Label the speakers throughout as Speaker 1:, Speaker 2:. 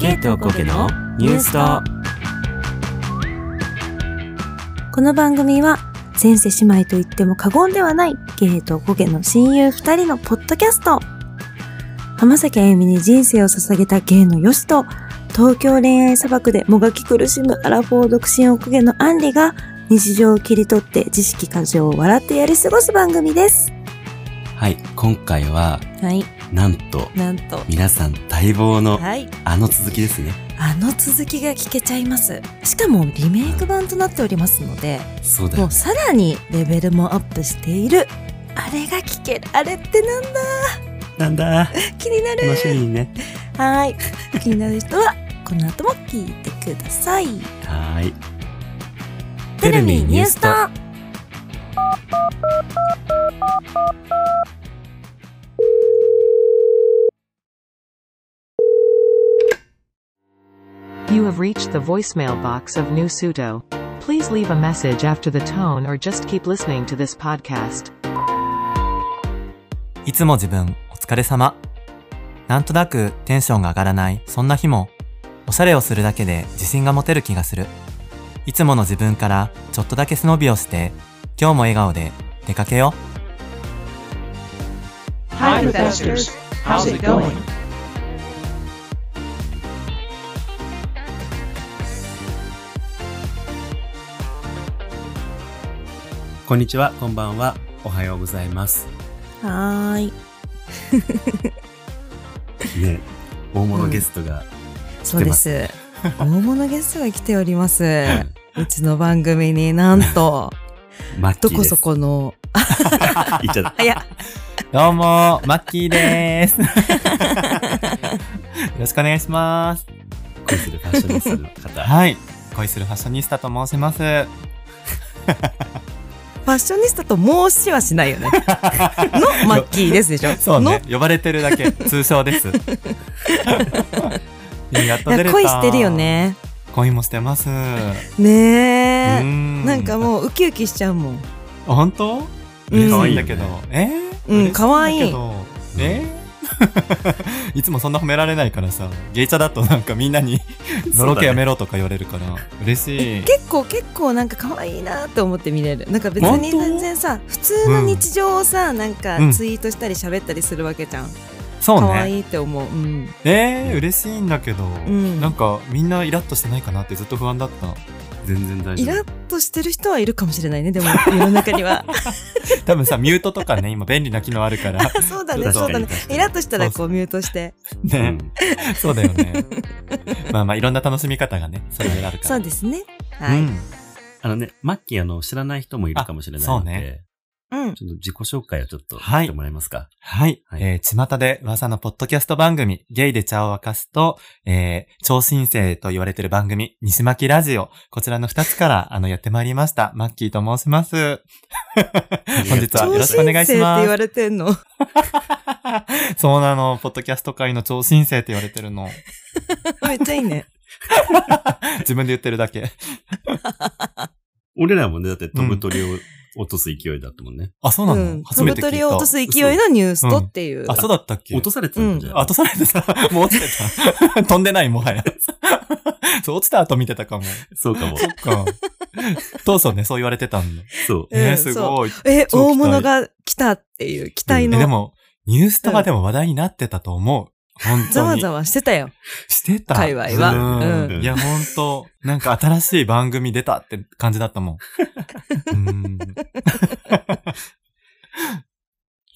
Speaker 1: ケイトコケのニュースと
Speaker 2: この番組は前世姉妹と言っても過言ではないゲイとゴゲの親友二人のポッドキャスト浜崎あゆみに人生を捧げたゲイのヨシと東京恋愛砂漠でもがき苦しむアラフォー独身おこげのアンリが日常を切り取って知識過剰を笑ってやり過ごす番組です
Speaker 1: はい今回は
Speaker 2: はい
Speaker 1: なんと
Speaker 2: なんと
Speaker 1: 皆さん待望の
Speaker 2: はい
Speaker 1: あの続きですね
Speaker 2: あの続きが聞けちゃいますしかもリメイク版となっておりますので
Speaker 1: そうだ
Speaker 2: も
Speaker 1: よ
Speaker 2: うさらにレベルもアップしているあれが聞けるあれってなんだ
Speaker 1: なんだ
Speaker 2: 気になる
Speaker 1: 楽しみにね
Speaker 2: はーい気になる人はこの後も聞いてください
Speaker 1: はーい
Speaker 2: テレビニュースと
Speaker 3: You have reached the voicemail box of New Sudo. Please leave a message after the tone or just keep listening to this podcast.
Speaker 4: いつも自分お疲れ様。なんとなくテンションが上がらないそんな日も、おしゃれをするだけで自信が持てる気がする。いつもの自分からちょっとだけ背伸びをして、今日も笑顔で出かけよう。
Speaker 5: Hi, Professors. How's it going?
Speaker 1: こんにちはこんばんはおはようございます
Speaker 2: はーい
Speaker 1: ね大物ゲストが、
Speaker 2: そうです。大物ゲストが来ております。うちの番組になんと、
Speaker 1: マッキ
Speaker 2: ど
Speaker 1: ーで
Speaker 2: こ
Speaker 1: す
Speaker 2: そこの、
Speaker 1: 言っちゃっ
Speaker 2: あ、いや、
Speaker 4: どうも、マッキー です。よろしくお願いします。
Speaker 1: た恋するファッショニストの方
Speaker 4: はい。恋するファッショニスタと申します。
Speaker 2: ファッショニスタと申しはしないよね。のマッキーですでしょ。
Speaker 4: そうね。呼ばれてるだけ、通称 です。やっと
Speaker 2: の。い
Speaker 4: 出れ
Speaker 2: や
Speaker 4: た。
Speaker 2: 恋してるよ。ね。
Speaker 4: 恋もしてます。う
Speaker 2: ねえ。
Speaker 4: ん
Speaker 2: なんかもうウキウキしちゃうもん。
Speaker 4: 本当
Speaker 2: うん
Speaker 4: 可愛いんだけど。え
Speaker 2: うん
Speaker 4: ー、
Speaker 2: 可愛い
Speaker 4: 嬉しんだけどえー いつもそんな褒められないからさ、ゲイチャだとなんかみんなに、のろけやめろとか言われるから、嬉しい。
Speaker 2: 結構結構なんか可愛いなって思って見れる。なんか別に
Speaker 4: 本当
Speaker 2: 全然さ、普通の日常をさ、なんか
Speaker 4: うん
Speaker 2: ツイートしたり喋ったりするわけじゃん。
Speaker 4: そう
Speaker 2: 可愛
Speaker 4: ね。
Speaker 2: いって思う。うん。
Speaker 4: えー、嬉しいんだけど、
Speaker 2: ん
Speaker 4: なんかみんなイラッとしてないかなってずっと不安だった。
Speaker 1: 全然大
Speaker 2: イ
Speaker 1: 丈
Speaker 2: ラ
Speaker 1: 夫
Speaker 2: ッとしてる人はいるかもしれないね。でも世の中に は。
Speaker 4: 多分さ、ミュートとかね、今便利な機能あるから、
Speaker 2: あそうだ
Speaker 4: ちょ
Speaker 2: ね、
Speaker 4: っと
Speaker 2: そうだね
Speaker 1: 確かに確。かに
Speaker 2: イラッとしたら
Speaker 4: そ
Speaker 2: こうミュートして。
Speaker 1: う
Speaker 4: ね
Speaker 1: ん、
Speaker 4: そうだよね。まあまあ、いろんな楽しみ方がね、それぞれあるから。
Speaker 2: そうですね。はい。
Speaker 4: うん。
Speaker 1: あのねマッキーあの知らない人もいるかもしれない
Speaker 4: あ
Speaker 1: の
Speaker 4: そう
Speaker 1: で、
Speaker 4: ね
Speaker 2: うん。
Speaker 1: ちょっと自己紹介をちょっと
Speaker 4: はい
Speaker 1: してもらえますか、
Speaker 4: はい。
Speaker 1: はい
Speaker 4: えー巷で噂のポッドキャスト番組、ゲイで茶を沸かすと、えー超新星と言われてる番組、西巻ラジオ、こちらの2つ から、あの、やってまいりました。マッキーと申します。本日はよろしくお願いし
Speaker 2: って
Speaker 4: ま
Speaker 2: 言わ
Speaker 4: す。
Speaker 2: れ てんの。
Speaker 4: そうなの、ポッドキャスト界の超新星って言われてるの。
Speaker 2: めっちゃいいね。
Speaker 4: 自分で言ってるだけ。
Speaker 1: 俺らもね、だって飛ぶ鳥を落とす勢いだったもんね。
Speaker 4: あ、そう
Speaker 2: う
Speaker 4: なの、
Speaker 2: ん。
Speaker 4: 初
Speaker 2: 飛
Speaker 4: め
Speaker 2: ぶ
Speaker 4: て聞いた。
Speaker 2: 鳥を落とす勢いのニュースとっていう。
Speaker 4: あ、そうだったっけ
Speaker 1: 落とされてたんじゃん。
Speaker 4: あ、落とされてた。 もう落ちてた。 飛んでない、もはや。そう、落ちた後見てたかも。
Speaker 1: そうかも。
Speaker 4: か。当初ね、そう言われてたんだ。
Speaker 1: そう。
Speaker 2: うん
Speaker 4: えー、すごい。
Speaker 2: え、
Speaker 4: 超期待
Speaker 2: 大物が来たっていう期待
Speaker 4: え、
Speaker 2: の。
Speaker 4: でも、ニュースとかでも話題になってたと思う。本当に。
Speaker 2: ざわざわしてたよ。
Speaker 4: してた。
Speaker 2: 界隈は
Speaker 4: うん
Speaker 1: うん
Speaker 4: いや、本当なんか新しい番組出たって感じだったもん。うん。
Speaker 1: で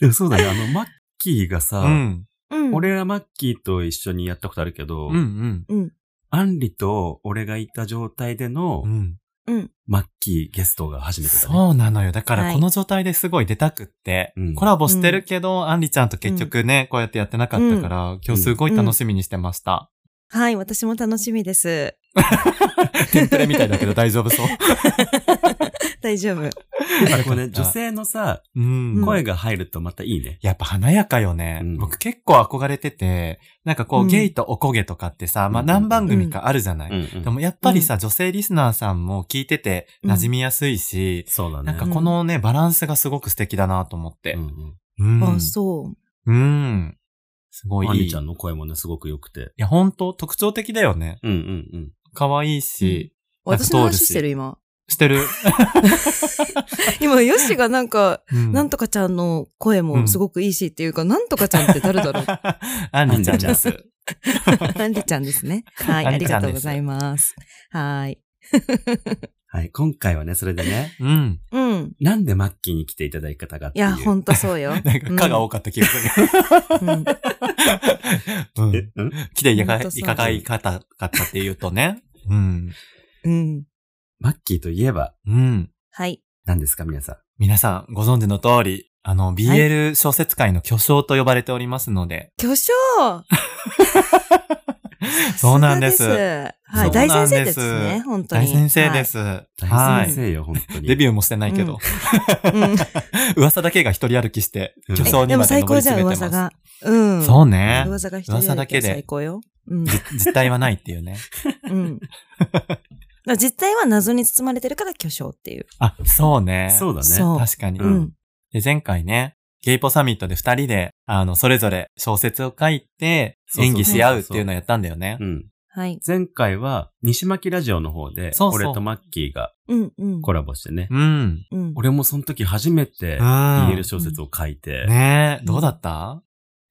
Speaker 1: もそうだね。あの、マッキーがさ、
Speaker 4: うん。
Speaker 2: うん。
Speaker 1: 俺はマッキーと一緒にやったことあるけど、
Speaker 4: うんうん。
Speaker 1: アンリと俺がいた状態での、
Speaker 4: うん。
Speaker 1: マッキーゲストが初めてだね。
Speaker 4: そうなのよ。だか
Speaker 2: は
Speaker 4: ら、
Speaker 2: い
Speaker 4: この状態ですごい出たくって、
Speaker 1: うん
Speaker 4: コラボしてるけど、アンリちゃんと結局ね、こうやってやってなかったから、今日すごい楽しみにしてました。
Speaker 2: はい、私も楽しみです。
Speaker 4: テンプレみたいだけど大丈夫そう。
Speaker 2: 大丈夫。
Speaker 1: あこれね、女性のさ、
Speaker 4: うん。
Speaker 1: 声が入るとまたいいね。
Speaker 4: やっぱ華やかよね。
Speaker 1: うん
Speaker 4: 僕結構憧れてて、なんかこう、
Speaker 2: うん
Speaker 4: ゲイとおこげとかってさ、まあ
Speaker 1: うん
Speaker 4: 何番組かあるじゃない。
Speaker 1: うんうん
Speaker 4: でもやっぱりさ、女性リスナーさんも聞いてて馴染みやすいし、
Speaker 1: そうだね。
Speaker 4: なんかこのね、バランスがすごく素敵だなと思って
Speaker 1: う。んうん
Speaker 4: うん。
Speaker 2: あ、そう。
Speaker 4: うん。すごい
Speaker 1: ア
Speaker 4: いい。
Speaker 1: ニちゃんの声もね、すごく良くて。
Speaker 4: いや、本当特徴的だよね。
Speaker 1: うんうんうん。
Speaker 4: 可愛いし、なんか
Speaker 2: 私の話してる、今。
Speaker 4: してる。
Speaker 2: 今、ヨシがなんか、
Speaker 4: うん
Speaker 2: なんとかちゃんの声もすごくいいしっていうか、なんとかちゃんって誰 だろう
Speaker 4: アンリちゃんです。
Speaker 2: アンリちゃんですね。はい、
Speaker 4: ア
Speaker 2: あ
Speaker 4: ン
Speaker 2: り
Speaker 4: リちゃ
Speaker 2: が
Speaker 4: ん
Speaker 2: とうご
Speaker 4: です
Speaker 2: ざいます。はい。
Speaker 1: はい、今回はね、それで ね、
Speaker 4: うん。
Speaker 2: うん。
Speaker 1: なんでマッキーに来ていただいた方かっ
Speaker 2: い
Speaker 1: ていう。
Speaker 2: や、ほんとそうよ。
Speaker 4: なんか、かが多かった気がする。
Speaker 2: うん
Speaker 4: うん。
Speaker 1: え、うん
Speaker 4: きれいやか
Speaker 2: ほんとそう
Speaker 4: いかがいかたかったっていうとね。 うん。
Speaker 2: うん。
Speaker 1: マッキーといえば、
Speaker 4: うん。
Speaker 2: はい。
Speaker 1: 何ですか、皆さん。
Speaker 4: 皆さんご存知の通り、あの、BL 小説界の巨匠と呼ばれておりますので、
Speaker 2: 巨 匠
Speaker 4: そうなんです
Speaker 2: さがですはい。
Speaker 4: そう
Speaker 2: 大
Speaker 4: なん
Speaker 2: 先生
Speaker 4: で
Speaker 2: ですすね、本当に。
Speaker 4: 大先生です。は
Speaker 1: 大
Speaker 4: い
Speaker 1: 先。生よ、本当に。
Speaker 4: デビューもしてないけど。
Speaker 2: はい。うん
Speaker 4: 噂だけが一人歩きして、
Speaker 1: うん
Speaker 4: 巨
Speaker 2: え
Speaker 4: 匠に
Speaker 2: でも
Speaker 4: まで
Speaker 2: 最
Speaker 4: 上
Speaker 2: 高
Speaker 4: り
Speaker 2: じゃん、
Speaker 4: 詰めて
Speaker 2: 噂
Speaker 4: ま
Speaker 2: が。うん。
Speaker 4: す。そうね。
Speaker 2: 噂が一人
Speaker 4: 噂だけで
Speaker 2: 最高よ。うん。
Speaker 4: じ実態はないっていうね。
Speaker 2: うん。だから実態は謎に包まれてるから巨匠っていう。
Speaker 4: あ、そうね。
Speaker 1: そうだね。
Speaker 2: そう
Speaker 4: 確かに。
Speaker 1: うん
Speaker 2: うん。
Speaker 4: で、前回ね、ゲイポサミットで二人で、あの、それぞれ小説を書いて、
Speaker 1: そうそう
Speaker 4: 演技し合うっていうのをやったんだよね
Speaker 1: う。ん。
Speaker 2: はい。
Speaker 1: 前回は、西巻ラジオの方で、
Speaker 4: そうそう
Speaker 1: 俺とマッキーが
Speaker 2: うんうん。
Speaker 1: コラボしてね。
Speaker 4: うん。
Speaker 2: うん。
Speaker 1: 俺もその時初めて、
Speaker 4: うん
Speaker 1: 言える小説を書いて、
Speaker 4: ねえ、どうだった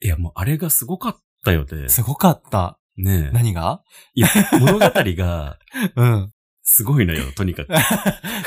Speaker 1: いや、もうあれがすごかったよね。
Speaker 4: すごかった。
Speaker 1: ねえ。
Speaker 4: 何が
Speaker 1: いや、物語が、
Speaker 4: うん。
Speaker 1: すごいのよ、とにかく。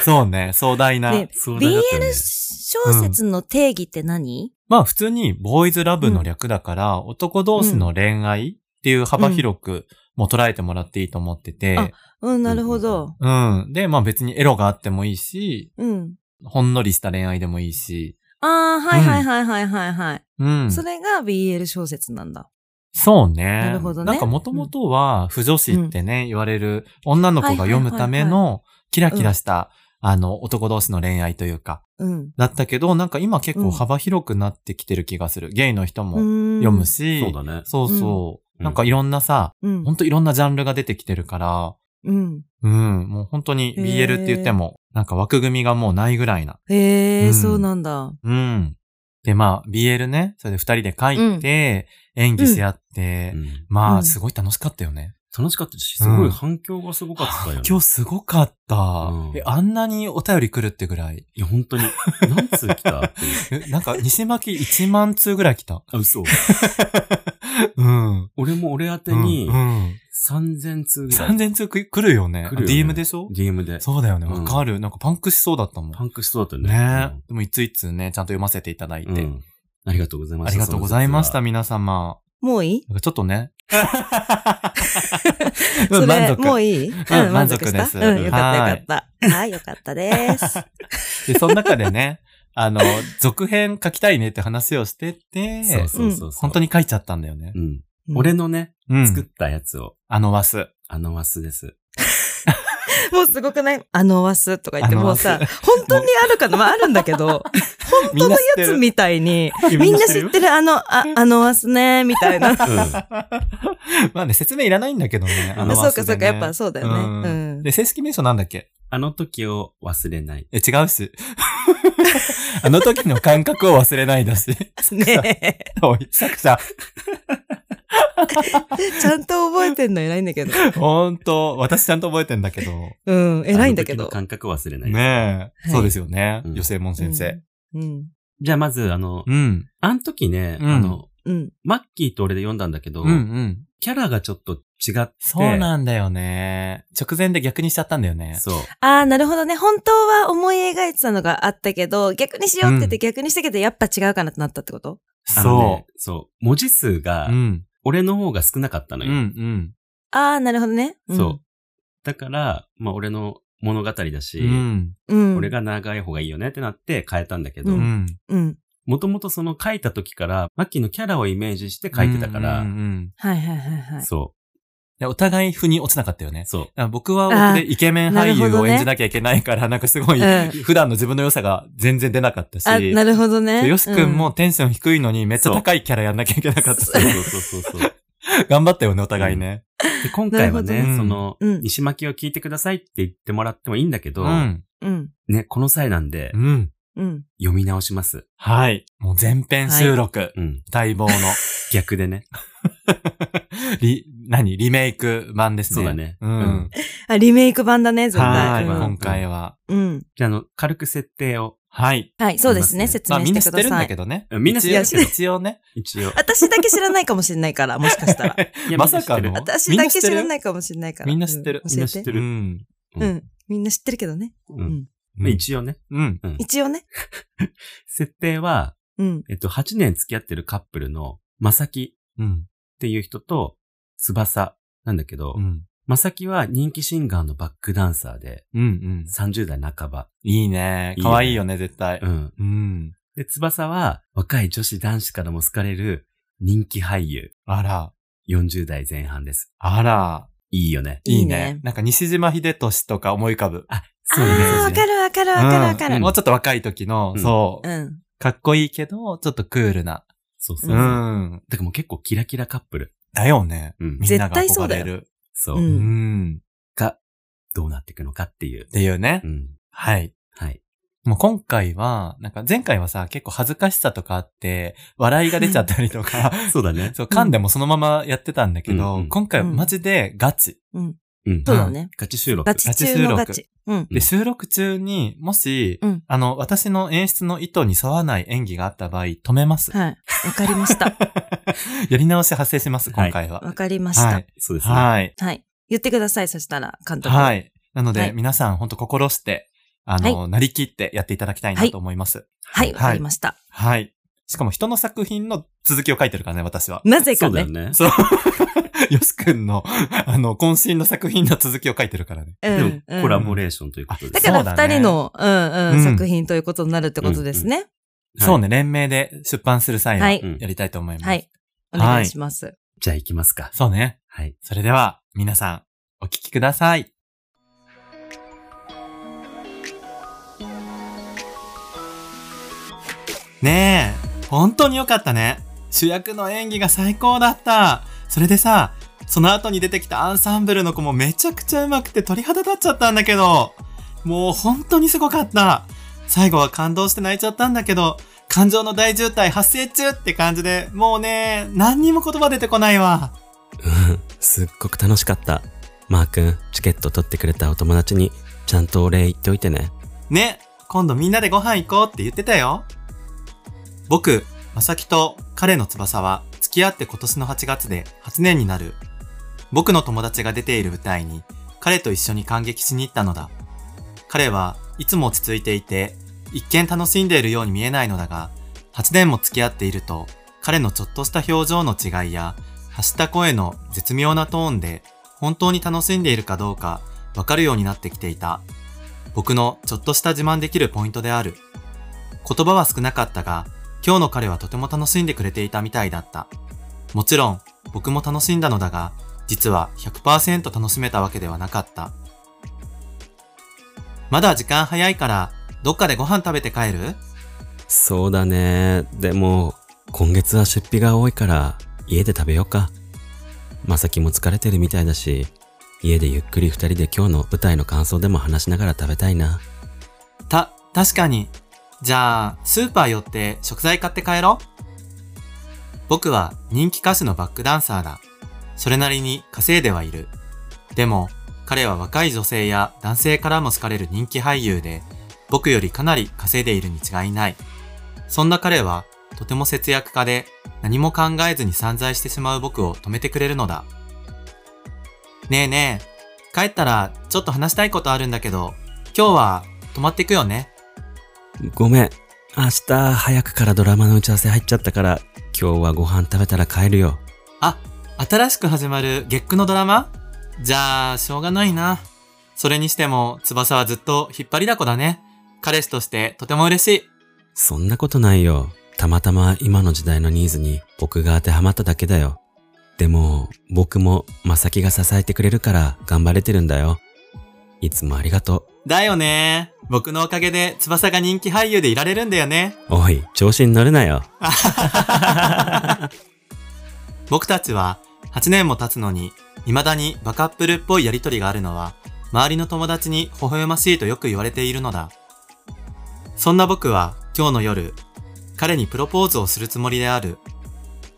Speaker 4: そうね、壮大な。
Speaker 2: で
Speaker 1: そうだ
Speaker 2: BL
Speaker 1: ったよね。
Speaker 2: 小説の定義って何
Speaker 4: まあ普通にボーイズラブの略だから、男同士の恋愛っていう幅広くもう捉えてもらっていいと思ってて、
Speaker 2: うん、なるほど。
Speaker 4: うん、で、まあ別にエロがあってもいいし、
Speaker 2: うん。
Speaker 4: ほんのりした恋愛でもいいし、
Speaker 2: ああ、はいはいはいはいはいはい。
Speaker 4: うん。
Speaker 2: それが BL 小説なんだ。
Speaker 4: そうね。
Speaker 2: なるほどね
Speaker 4: なんかもともとは、不女子ってね、言われる女の子が読むため
Speaker 2: はいはい
Speaker 4: の、キラキラした、あの、男同士の恋愛というか、
Speaker 2: うん。
Speaker 4: だったけど、なんか今結構幅広くなってきてる気がする。ゲイの人も
Speaker 2: 読
Speaker 4: 読むし、
Speaker 1: そうだね。
Speaker 4: そうそう。
Speaker 1: うん
Speaker 4: なんかいろんなさ、
Speaker 2: うん
Speaker 4: ほ。んといろんなジャンルが出てきてるから、
Speaker 2: うん。
Speaker 4: うん、もう本当に
Speaker 2: へー
Speaker 4: BL って言っても、なんか枠組みがもうないぐらいな。
Speaker 2: へ
Speaker 4: う
Speaker 2: え、
Speaker 4: ん
Speaker 2: そうなんだ。
Speaker 4: うん。で、まあ、BL ね、それで二人で書いて、演技し合って、
Speaker 1: うん
Speaker 4: ま
Speaker 2: う
Speaker 4: あ、
Speaker 2: ん
Speaker 4: すごい楽しかったよね。
Speaker 1: 楽しかったし、すご
Speaker 4: うん
Speaker 1: い反響がすごかったよね。
Speaker 4: 今日すごかった、
Speaker 1: うん
Speaker 4: え。あんなにお便り来るってぐらい。
Speaker 1: いや、本当に。何通来た っていう。
Speaker 4: えなんか、西巻1万通ぐらい来た。
Speaker 1: あ、嘘。
Speaker 4: うん。
Speaker 1: 俺も俺宛てに
Speaker 4: う、んうん
Speaker 1: 3000通ぐらい。
Speaker 4: 3000通く来るよね。
Speaker 1: 来るよね
Speaker 4: DM でしょ
Speaker 1: DM で。
Speaker 4: そうだよね。
Speaker 1: うん
Speaker 4: わかる。なんかパンクしそうだったもん。
Speaker 1: パンクしそうだった
Speaker 4: ね
Speaker 1: ね。
Speaker 4: でも、いついつね、ちゃんと読ませていただいて。
Speaker 1: うんうんありがとうございま
Speaker 4: あ
Speaker 1: した。
Speaker 4: りがとうございました、
Speaker 1: その
Speaker 4: 皆様。
Speaker 2: もういい
Speaker 4: なんかちょっ とね。
Speaker 2: そ
Speaker 4: 満
Speaker 2: れ、もう
Speaker 4: 足。
Speaker 2: いい
Speaker 4: ん
Speaker 2: うん
Speaker 4: 満足です
Speaker 2: したうん、よかった
Speaker 4: はい
Speaker 2: よかった。はい、よかった です。
Speaker 4: で、その中でね、あの、続編書きたいねって話をしてて、
Speaker 1: 説はそうそうそうそう。
Speaker 4: 本当に書いちゃったんだよね
Speaker 1: う。ん。俺のね、
Speaker 4: うん。
Speaker 1: 作ったやつを、
Speaker 4: あのワス。
Speaker 1: あのマスです。
Speaker 2: もうすごくないあのワスとか言って、
Speaker 4: あの
Speaker 2: も
Speaker 4: ワ
Speaker 2: う
Speaker 4: ス
Speaker 2: さ、本当にあるかなまああるんだけど、本当のやつみたいに、みんな知ってるあの、あ、あのワスね、み たいな。
Speaker 1: うん。
Speaker 4: まあね、説明いらないんだけどね。あの
Speaker 2: そう
Speaker 4: ワス
Speaker 2: かそ
Speaker 4: でね
Speaker 2: うか、やっぱそうだよね。うん。
Speaker 4: で、正式名称なんだっけ
Speaker 1: あの時を忘れない。
Speaker 4: え、違うし。 あの時の感覚を忘れないだし。
Speaker 2: ねえ。
Speaker 4: おい、作者。
Speaker 2: ちゃんと覚えてんの偉いんだけど。
Speaker 4: ほんと、私ちゃんと覚えてんだけど。
Speaker 2: うん、偉いんだけど。
Speaker 1: あの時の感覚を忘れない。
Speaker 4: ねえ、
Speaker 2: はい
Speaker 4: そうですよね。
Speaker 1: うん
Speaker 4: ヨセモン先生。
Speaker 2: うん。
Speaker 1: じゃあまず、あの
Speaker 4: う、ん。
Speaker 1: あの時ね、
Speaker 4: うん
Speaker 1: あの、
Speaker 2: うん。
Speaker 1: マッキーと俺で読んだんだけど
Speaker 4: うん、うん。
Speaker 1: キャラがちょっと違って。
Speaker 4: そうなんだよね。直前で逆にしちゃったんだよね。
Speaker 1: そう。
Speaker 2: ああ、なるほどね。本当は思い描いてたのがあったけど、逆にしようって言って逆にしたけど、やっぱ違うかなってなったってこと
Speaker 1: あのね
Speaker 4: そ
Speaker 1: そう。文字数
Speaker 4: う。
Speaker 1: が
Speaker 4: う、ん。
Speaker 1: 俺の方が少なかったの
Speaker 4: う
Speaker 1: よ。
Speaker 4: ん。うん。
Speaker 2: ああ、なるほどね。ん
Speaker 1: そう。。だから、まあ俺の物語だし、
Speaker 4: うん。
Speaker 2: うん。
Speaker 1: 俺が長い方がいいよねってなって変えたんだけど
Speaker 2: う
Speaker 4: う、ん。
Speaker 2: うん。
Speaker 1: もともとその書いた時から、マッキーのキャラをイメージして書いてたから、
Speaker 4: うんうんうん
Speaker 2: はいはいはいはい。
Speaker 1: そ
Speaker 4: でお互い腑に落ちなかったよね
Speaker 1: う、。そう。
Speaker 4: だから僕は僕でイケメン俳優を演じなきゃいけないから、なんかすごい、
Speaker 2: うん
Speaker 4: 普段の自分の良さが全然出なかったし。
Speaker 2: あ、なるほどね。
Speaker 4: でよしくんも
Speaker 2: う
Speaker 4: テンション低いのにめっちゃ高いキャラやんなきゃいけなかったし
Speaker 1: そうそうそうそう。で
Speaker 4: 頑張ったよね、お互いね。
Speaker 1: 今回は
Speaker 4: なるほどね
Speaker 1: ね、その、
Speaker 2: うん
Speaker 1: 西巻を聞いてくださいって言ってもらってもいいんだけど、
Speaker 4: うん。
Speaker 2: うん。
Speaker 1: ね、この際なんで
Speaker 4: う、ん。
Speaker 2: うん。
Speaker 1: 読み直します。
Speaker 4: はい。もう全編収録、
Speaker 1: うん。
Speaker 4: 待望の、
Speaker 1: 逆でね。
Speaker 4: リ、何リメイク版ですね。
Speaker 1: そうだね
Speaker 4: うん。
Speaker 1: うん
Speaker 2: あ、リメイク版だね、絶
Speaker 4: は
Speaker 2: 対。
Speaker 4: い、
Speaker 2: う
Speaker 4: 今
Speaker 2: ん
Speaker 4: 回は。
Speaker 2: うん。
Speaker 1: じゃあ、あの、軽く設定を。
Speaker 4: はい。
Speaker 2: はい、そうです
Speaker 1: あ
Speaker 2: ね。
Speaker 1: りますね
Speaker 2: 説
Speaker 4: まあ
Speaker 2: 明
Speaker 4: み
Speaker 2: し
Speaker 4: んな
Speaker 2: て
Speaker 4: 知
Speaker 2: く
Speaker 4: っ
Speaker 2: だ
Speaker 4: てるん
Speaker 2: さ
Speaker 4: だ
Speaker 2: い
Speaker 4: け。どね。
Speaker 1: うんみんな知って
Speaker 2: いや
Speaker 1: る
Speaker 2: 知
Speaker 1: け
Speaker 2: らな
Speaker 1: ど
Speaker 2: い、
Speaker 4: 一応ね。
Speaker 1: 一応。
Speaker 2: 私だけ知らないかもしれないから、もしかした ら。
Speaker 1: いや
Speaker 4: まさか
Speaker 1: み
Speaker 4: の。
Speaker 1: んな知って
Speaker 2: 私
Speaker 1: る
Speaker 2: だけ知らないいかもしれないから。
Speaker 4: みんな知ってる
Speaker 2: う
Speaker 1: みんな知
Speaker 2: 教え
Speaker 1: って
Speaker 2: て。
Speaker 4: う
Speaker 1: る。
Speaker 4: ん。
Speaker 2: う。ん。みんな知ってるけどね。
Speaker 1: う
Speaker 2: うんん。
Speaker 1: まあ一応ね。
Speaker 4: うん。
Speaker 2: 一応ね。
Speaker 1: 設定は、
Speaker 2: うん。
Speaker 1: えっと、8年付き合ってるカップルの、まさきっ
Speaker 4: うん。
Speaker 1: ていう人と、翼なんだけど
Speaker 4: う、ん。
Speaker 1: まさきは人気シンガーのバックダンサーで、
Speaker 4: うん。うん。
Speaker 1: 30代半ば。
Speaker 4: いいね。可愛いよね、絶対
Speaker 1: う。ん。
Speaker 4: うん。
Speaker 1: で、翼は、若い女子男子からも好かれる人気俳優。
Speaker 4: あら。
Speaker 1: 40代前半です。
Speaker 4: あら。
Speaker 1: いいよね。
Speaker 4: いい
Speaker 2: いい
Speaker 4: ね
Speaker 2: ね。
Speaker 4: なんか西島秀俊とか思い浮かぶ。
Speaker 2: あ
Speaker 1: うね
Speaker 2: あ、わかるわかるわかるわか
Speaker 4: うん
Speaker 2: る
Speaker 4: も。うちょっと若い時の、
Speaker 1: うん
Speaker 4: そう。
Speaker 2: うん。
Speaker 4: かっこいいけど、ちょっとクールな。
Speaker 1: そうそう
Speaker 4: う
Speaker 1: そう。だか
Speaker 4: ん。
Speaker 1: らもう結構キラキラカップル。
Speaker 4: だよね。
Speaker 1: うん。
Speaker 4: みんな
Speaker 2: 絶
Speaker 4: が
Speaker 2: 対そ
Speaker 4: 憧
Speaker 2: うだ
Speaker 4: れ
Speaker 2: よ
Speaker 4: る。
Speaker 1: そう。
Speaker 2: うん
Speaker 4: うん。
Speaker 1: が、どうなっていくのかっていう
Speaker 4: っ。ていうね
Speaker 1: う。ん。
Speaker 4: はい。
Speaker 1: はい。
Speaker 4: もう今回は、なんか前回はさ、結構恥ずかしさとかあって、笑いが出ちゃったりとか、
Speaker 1: そうだね。
Speaker 4: そう、噛んでもそのままやってたんだけど、
Speaker 1: うんうん
Speaker 4: 今回はマジでガチ。
Speaker 1: うん。
Speaker 2: そうだね。
Speaker 1: ガチ収録
Speaker 2: ガ。チ中のガチ。うん。
Speaker 1: うん
Speaker 4: で、収録中に、もし、
Speaker 2: うん
Speaker 4: あの、私の演出の意図に沿わない演技があった場合、止めます。
Speaker 2: はい。わかりました。
Speaker 4: やり直し発生します、
Speaker 1: はい
Speaker 4: 今回は。
Speaker 2: わかりまし
Speaker 4: は
Speaker 2: た
Speaker 4: い。。
Speaker 1: そうですね。
Speaker 4: はい。
Speaker 2: はい。言ってください、そしたら、監督。。
Speaker 4: はいい。なので、
Speaker 2: はい
Speaker 4: 皆さん、本当心して、あの、
Speaker 2: は
Speaker 4: なりきってやっていただきたいなと思います。
Speaker 2: はい、わかりました。
Speaker 4: はい。しかも、人の作品の続きを書いてるからね、私は。
Speaker 2: なぜ
Speaker 1: そ
Speaker 2: か
Speaker 1: うだよ
Speaker 2: ね。
Speaker 1: ね。
Speaker 4: そう。 よしくんの、あの、渾身の作品の続きを書いてるからね。
Speaker 2: う
Speaker 1: で
Speaker 2: ん。
Speaker 1: も、コラ
Speaker 2: うん
Speaker 1: ボレーションということで
Speaker 2: だ
Speaker 1: す。
Speaker 2: から
Speaker 4: そうだ
Speaker 2: 二
Speaker 4: ね
Speaker 2: 人の、うん
Speaker 4: う
Speaker 2: うんん、作品ということになるってことですね。
Speaker 1: はい
Speaker 4: そうね、連名で出版する際は
Speaker 2: は
Speaker 4: や
Speaker 2: い
Speaker 1: うん
Speaker 4: りたいと思います。
Speaker 2: はい。お願いします。
Speaker 1: じゃあ行きますか。
Speaker 4: そうね。
Speaker 1: はい。
Speaker 4: それでは、皆さん、お聞きください。ねえ、本当に良かったね。主役の演技が最高だった。それでさ、その後に出てきたアンサンブルの子もめちゃくちゃ上手くて鳥肌立っちゃったんだけど、もう本当にすごかった。最後は感動して泣いちゃったんだけど、感情の大渋滞発生中って感じで、もうね、何にも言葉出てこないわ。
Speaker 1: すっごく楽しかった。マー君、チケット取ってくれたお友達に、ちゃんとお礼言っておいてね。
Speaker 4: ね、今度みんなでご飯行こうって言ってたよ。僕、まさきと彼の翼は付き合って今年の8月で8年になる。僕の友達が出ている舞台に彼と一緒に感激しに行ったのだ。彼はいつも落ち着いていて、一見楽しんでいるように見えないのだが、8年も付き合っていると、彼のちょっとした表情の違いや、発した声の絶妙なトーンで、本当に楽しんでいるかどうか、わかるようになってきていた。僕のちょっとした自慢できるポイントである。言葉は少なかったが、今日の彼はとても楽しんでくれていたみたいだった。もちろん、僕も楽しんだのだが、実は100%楽しめたわけではなかった。まだ時間早いから、どっかでご飯食べて帰る
Speaker 1: そうだね。でも、今月は出費が多いから、家で食べようか。まさきも疲れてるみたいだし、家でゆっくり二人で今日の舞台の感想でも話しながら食べたいな。
Speaker 4: た、確かに。じゃあ、スーパー寄って食材買って帰ろう。僕は人気歌手のバックダンサーだ。それなりに稼いではいる。でも、彼は若い女性や男性からも好かれる人気俳優で、僕よりかなり稼いでいるに違いない。そんな彼は、とても節約家で、何も考えずに散財してしまう僕を止めてくれるのだ。ねえねえ、帰ったらちょっと話したいことあるんだけど、今日は泊まっていくよね。
Speaker 1: ごめん。明日早くからドラマの打ち合わせ入っちゃったから、今日はご飯食べたら帰るよ。
Speaker 4: 新しく始まる月9のドラマじゃあ、しょうがないな。それにしても、翼はずっと引っ張りだこだね。彼氏としてとても嬉しい。
Speaker 1: そんなことないよ。たまたま今の時代のニーズに僕が当てはまっただけだよ。でも、僕もまさきが支えてくれるから頑張れてるんだよ。いつもありがと
Speaker 4: だよね。僕のおかげで翼が人気俳優でいられるんだよね。
Speaker 1: う。おい、調子に乗るなよ。
Speaker 4: 僕たちは8年も経つのに、未だにバカップルっぽいやりとりがあるのは、周りの友達に微笑ましいとよく言われているのだ。そんな僕は今日の夜、彼にプロポーズをするつもりである。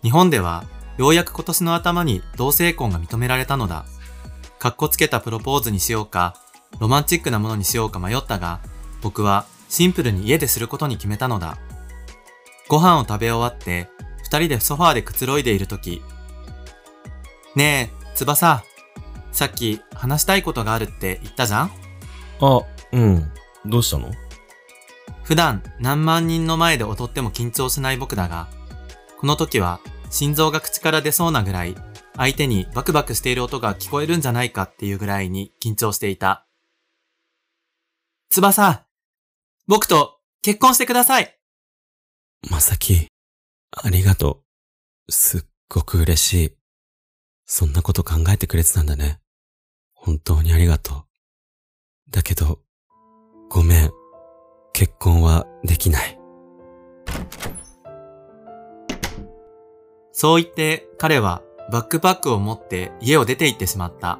Speaker 4: 日本ではようやく今年の頭に同性婚が認められたのだ。かっこつけたプロポーズにしようか、ロマンチックなものにしようか迷ったが、僕はシンプルに家ですることに決めたのだ。ご飯を食べ終わって、二人でソファーでくつろいでいるとき、ねえ、翼、さっき話したいことがあるって言ったじゃん
Speaker 6: あ、うん。どうしたの
Speaker 4: 普段何万人の前で踊っても緊張しない僕だが、この時は心臓が口から出そうなぐらい、相手にバクバクしている音が聞こえるんじゃないかっていうぐらいに緊張していた。翼僕と結婚してください
Speaker 1: まさき、ありがとう。すっごく嬉しい。そんなこと考えてくれてたんだね。本当にありがとう。だけど、ごめん。結婚はできない。
Speaker 4: そう言って彼はバックパックを持って家を出て行ってしまった。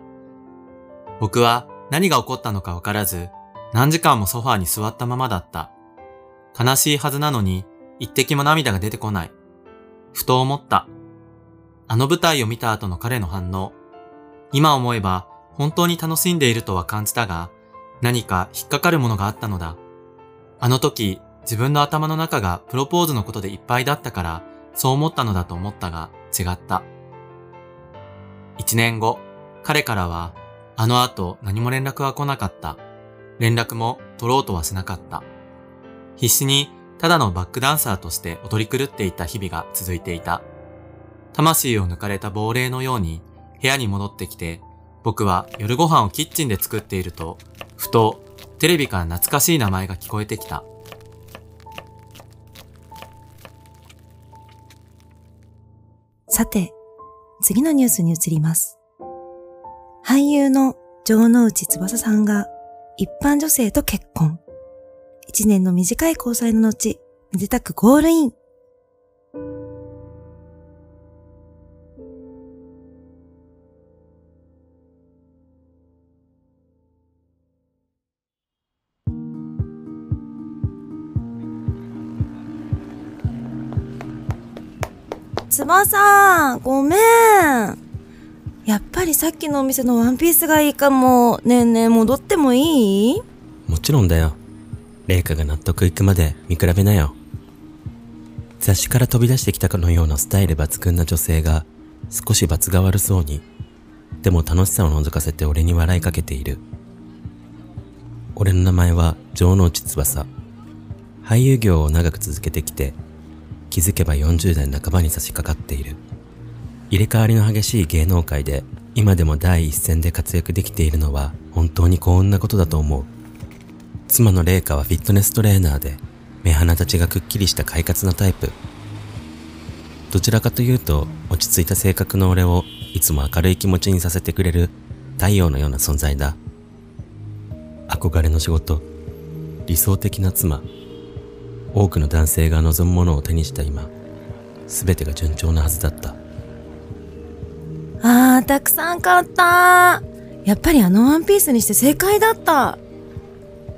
Speaker 4: 僕は何が起こったのかわからず、何時間もソファーに座ったままだった。悲しいはずなのに、一滴も涙が出てこない。ふと思った。あの舞台を見た後の彼の反応。今思えば本当に楽しんでいるとは感じたが、何か引っかかるものがあったのだ。あの時、自分の頭の中がプロポーズのことでいっぱいだったから、そう思ったのだと思ったが、違った。一年後、彼からは、あの後何も連絡は来なかった。連絡も取ろうとはしなかった。必死にただのバックダンサーとして踊り狂っていた日々が続いていた。魂を抜かれた亡霊のように部屋に戻ってきて、僕は夜ご飯をキッチンで作っていると、ふとテレビから懐かしい名前が聞こえてきた。
Speaker 2: さて、次のニュースに移ります。俳優の城之内翼さんが一般女性と結婚。一年の短い交際の後、めでたくゴールイン。翼、ごめん。やっぱりさっきのお店のワンピースがいいかも。ねえねえ、戻ってもいい
Speaker 1: もちろんだよ。麗華が納得いくまで見比べなよ。雑誌から飛び出してきたかのようなスタイル抜群な女性が少し罰が悪そうに、でも楽しさを覗かせて俺に笑いかけている。俺の名前は城之内翼。俳優業を長く続けてきて、気づけば40代半ばに差し掛かっている。入れ替わりの激しい芸能界で今でも第一線で活躍できているのは本当に幸運なことだと思う。妻の麗華はフィットネストレーナーで、目鼻立ちがくっきりした快活なタイプ。どちらかというと、落ち着いた性格の俺をいつも明るい気持ちにさせてくれる太陽のような存在だ。憧れの仕事、理想的な妻、多くの男性が望むものを手にした今、すべてが順調なはずだった。
Speaker 2: あー、たくさん買った。やっぱりあのワンピースにして正解だった。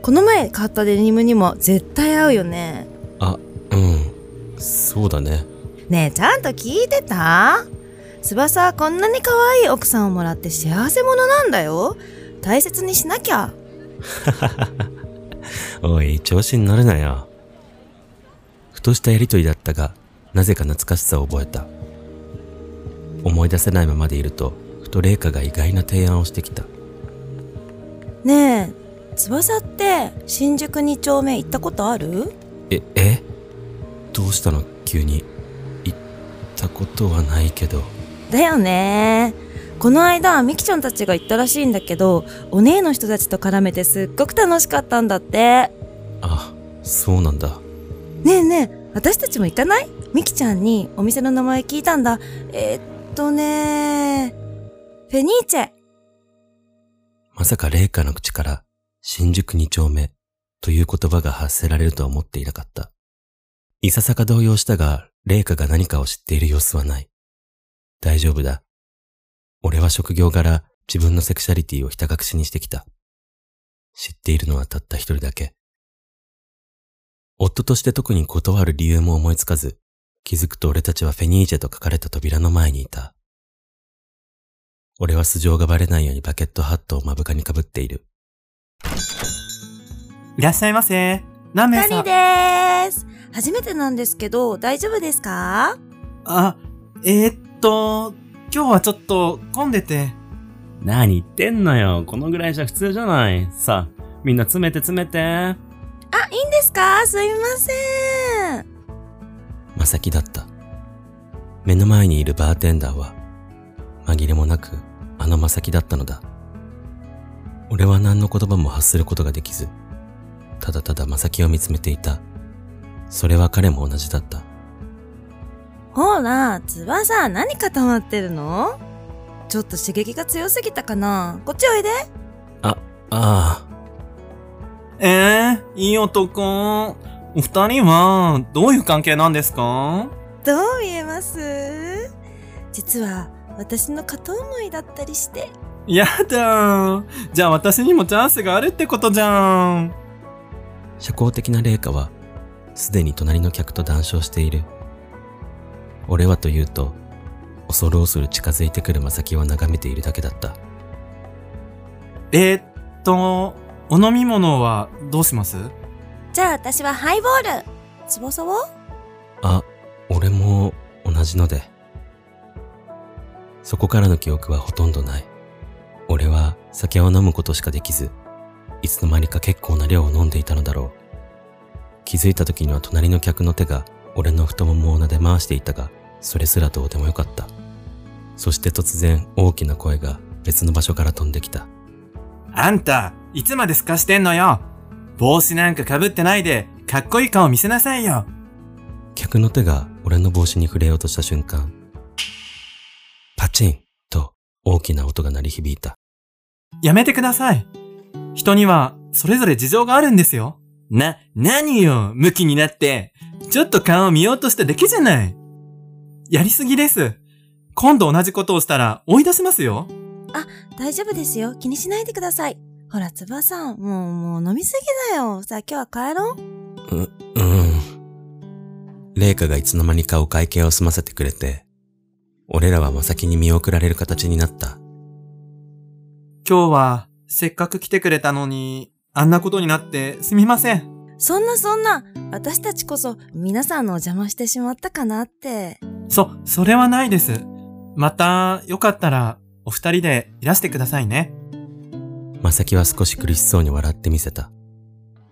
Speaker 2: この前買ったデニムにも絶対合うよね。
Speaker 1: あ、うん、そうだね。
Speaker 2: ねえ、ちゃんと聞いてた翼はこんなに可愛い奥さんをもらって幸せ者なんだよ。大切にしなきゃ。
Speaker 1: おい、調子に乗るなよ。ふとしたやりとりだったが、なぜか懐かしさを覚えた。思い出せないままでいると、ふと麗華が意外な提案をしてきた。
Speaker 2: ねえ、翼って新宿2丁目行ったことある
Speaker 1: え、えどうしたの急に。行ったことはないけど。
Speaker 2: だよねこの間みきちゃんたちが行ったらしいんだけどお姉の人たちと絡めてすっごく楽しかったんだって
Speaker 1: あ、そうなんだ。
Speaker 2: ねえねえ私たちも行かないみきちゃんにお店の名前聞いたんだえーっとねフェニーチェ
Speaker 1: まさか麗華の口から、新宿二丁目という言葉が発せられるとは思っていなかった。いささか動揺したが、麗華が何かを知っている様子はない。大丈夫だ。俺は職業柄自分のセクシャリティをひた隠しにしてきた。知っているのはたった一人だけ。夫として特に断る理由も思いつかず、気づくと俺たちはフェニーチェと書かれた扉の前にいた。俺は素性がバレないようにバケットハットを目深にかぶっている。
Speaker 4: いらっしゃいませ。何名
Speaker 2: 二
Speaker 4: 様
Speaker 2: 人です。初めてなんですけど、大丈夫ですか
Speaker 4: あ、えーっと、今日はちょっと混んでて。
Speaker 6: 何言ってんのよ。このぐらいじゃ普通じゃない。さあ、みんな詰めて詰めて。
Speaker 2: あ、いいんですかすいません。
Speaker 1: まさきだった。目の前にいるバーテンダーは、紛れもなく、あのまさきだったのだ。俺は何の言葉も発することができず、ただただまさきを見つめていた。それは彼も同じだった。
Speaker 2: ほら、翼、何固まってるのちょっと刺激が強すぎたかなこっちおいで。
Speaker 1: あ
Speaker 4: えー、いい男。お二人は、どういう関係なんですか
Speaker 2: どう見えます実は、私の片思いだったりして。
Speaker 4: やだー。じゃあ私にもチャンスがあるってことじゃん。
Speaker 1: あ、社交的な麗華は、すでに隣の客と談笑している。俺はというと、恐る恐る近づいてくるまさきを眺めているだけだった。
Speaker 4: えーっと、お飲み物はどうします
Speaker 2: じゃあ私はハイボール。翼は
Speaker 1: あ、俺も同じので。そこからの記憶はほとんどない。俺は酒を飲むことしかできず、いつの間にか結構な量を飲んでいたのだろう。気づいた時には隣の客の手が俺の太ももを撫で回していたが、それすらどうでもよかった。そして突然大きな声が別の場所から飛んできた。
Speaker 4: あんた、いつまですかしてんのよ。帽子なんか被ってないで、かっこいい顔見せなさいよ。
Speaker 1: 客の手が俺の帽子に触れようとした瞬間、パチンと大きな音が鳴り響いた。
Speaker 4: やめてください。人には、それぞれ事情があるんですよ。な、何よ、ムキになって。ちょっと顔を見ようとしただけじゃない。やりすぎです。今度同じことをしたら追い出しますよ。
Speaker 2: 大丈夫ですよ。気にしないでください。ほら、翼、もう、もう飲みすぎだよ。さあ、今日は帰ろう。
Speaker 1: うん。レイカがいつの間にかお会計を済ませてくれて、俺らはまさきに見送られる形になった。
Speaker 4: 今日は、せっかく来てくれたのに、あんなことになってすみません。
Speaker 2: そんなそんな、私たちこそ皆さんのお邪魔してしまったかなって。
Speaker 4: そ、それはないです。また、よかったら、お二人でいらしてくださいね。
Speaker 1: まさきは少し苦しそうに笑ってみせた。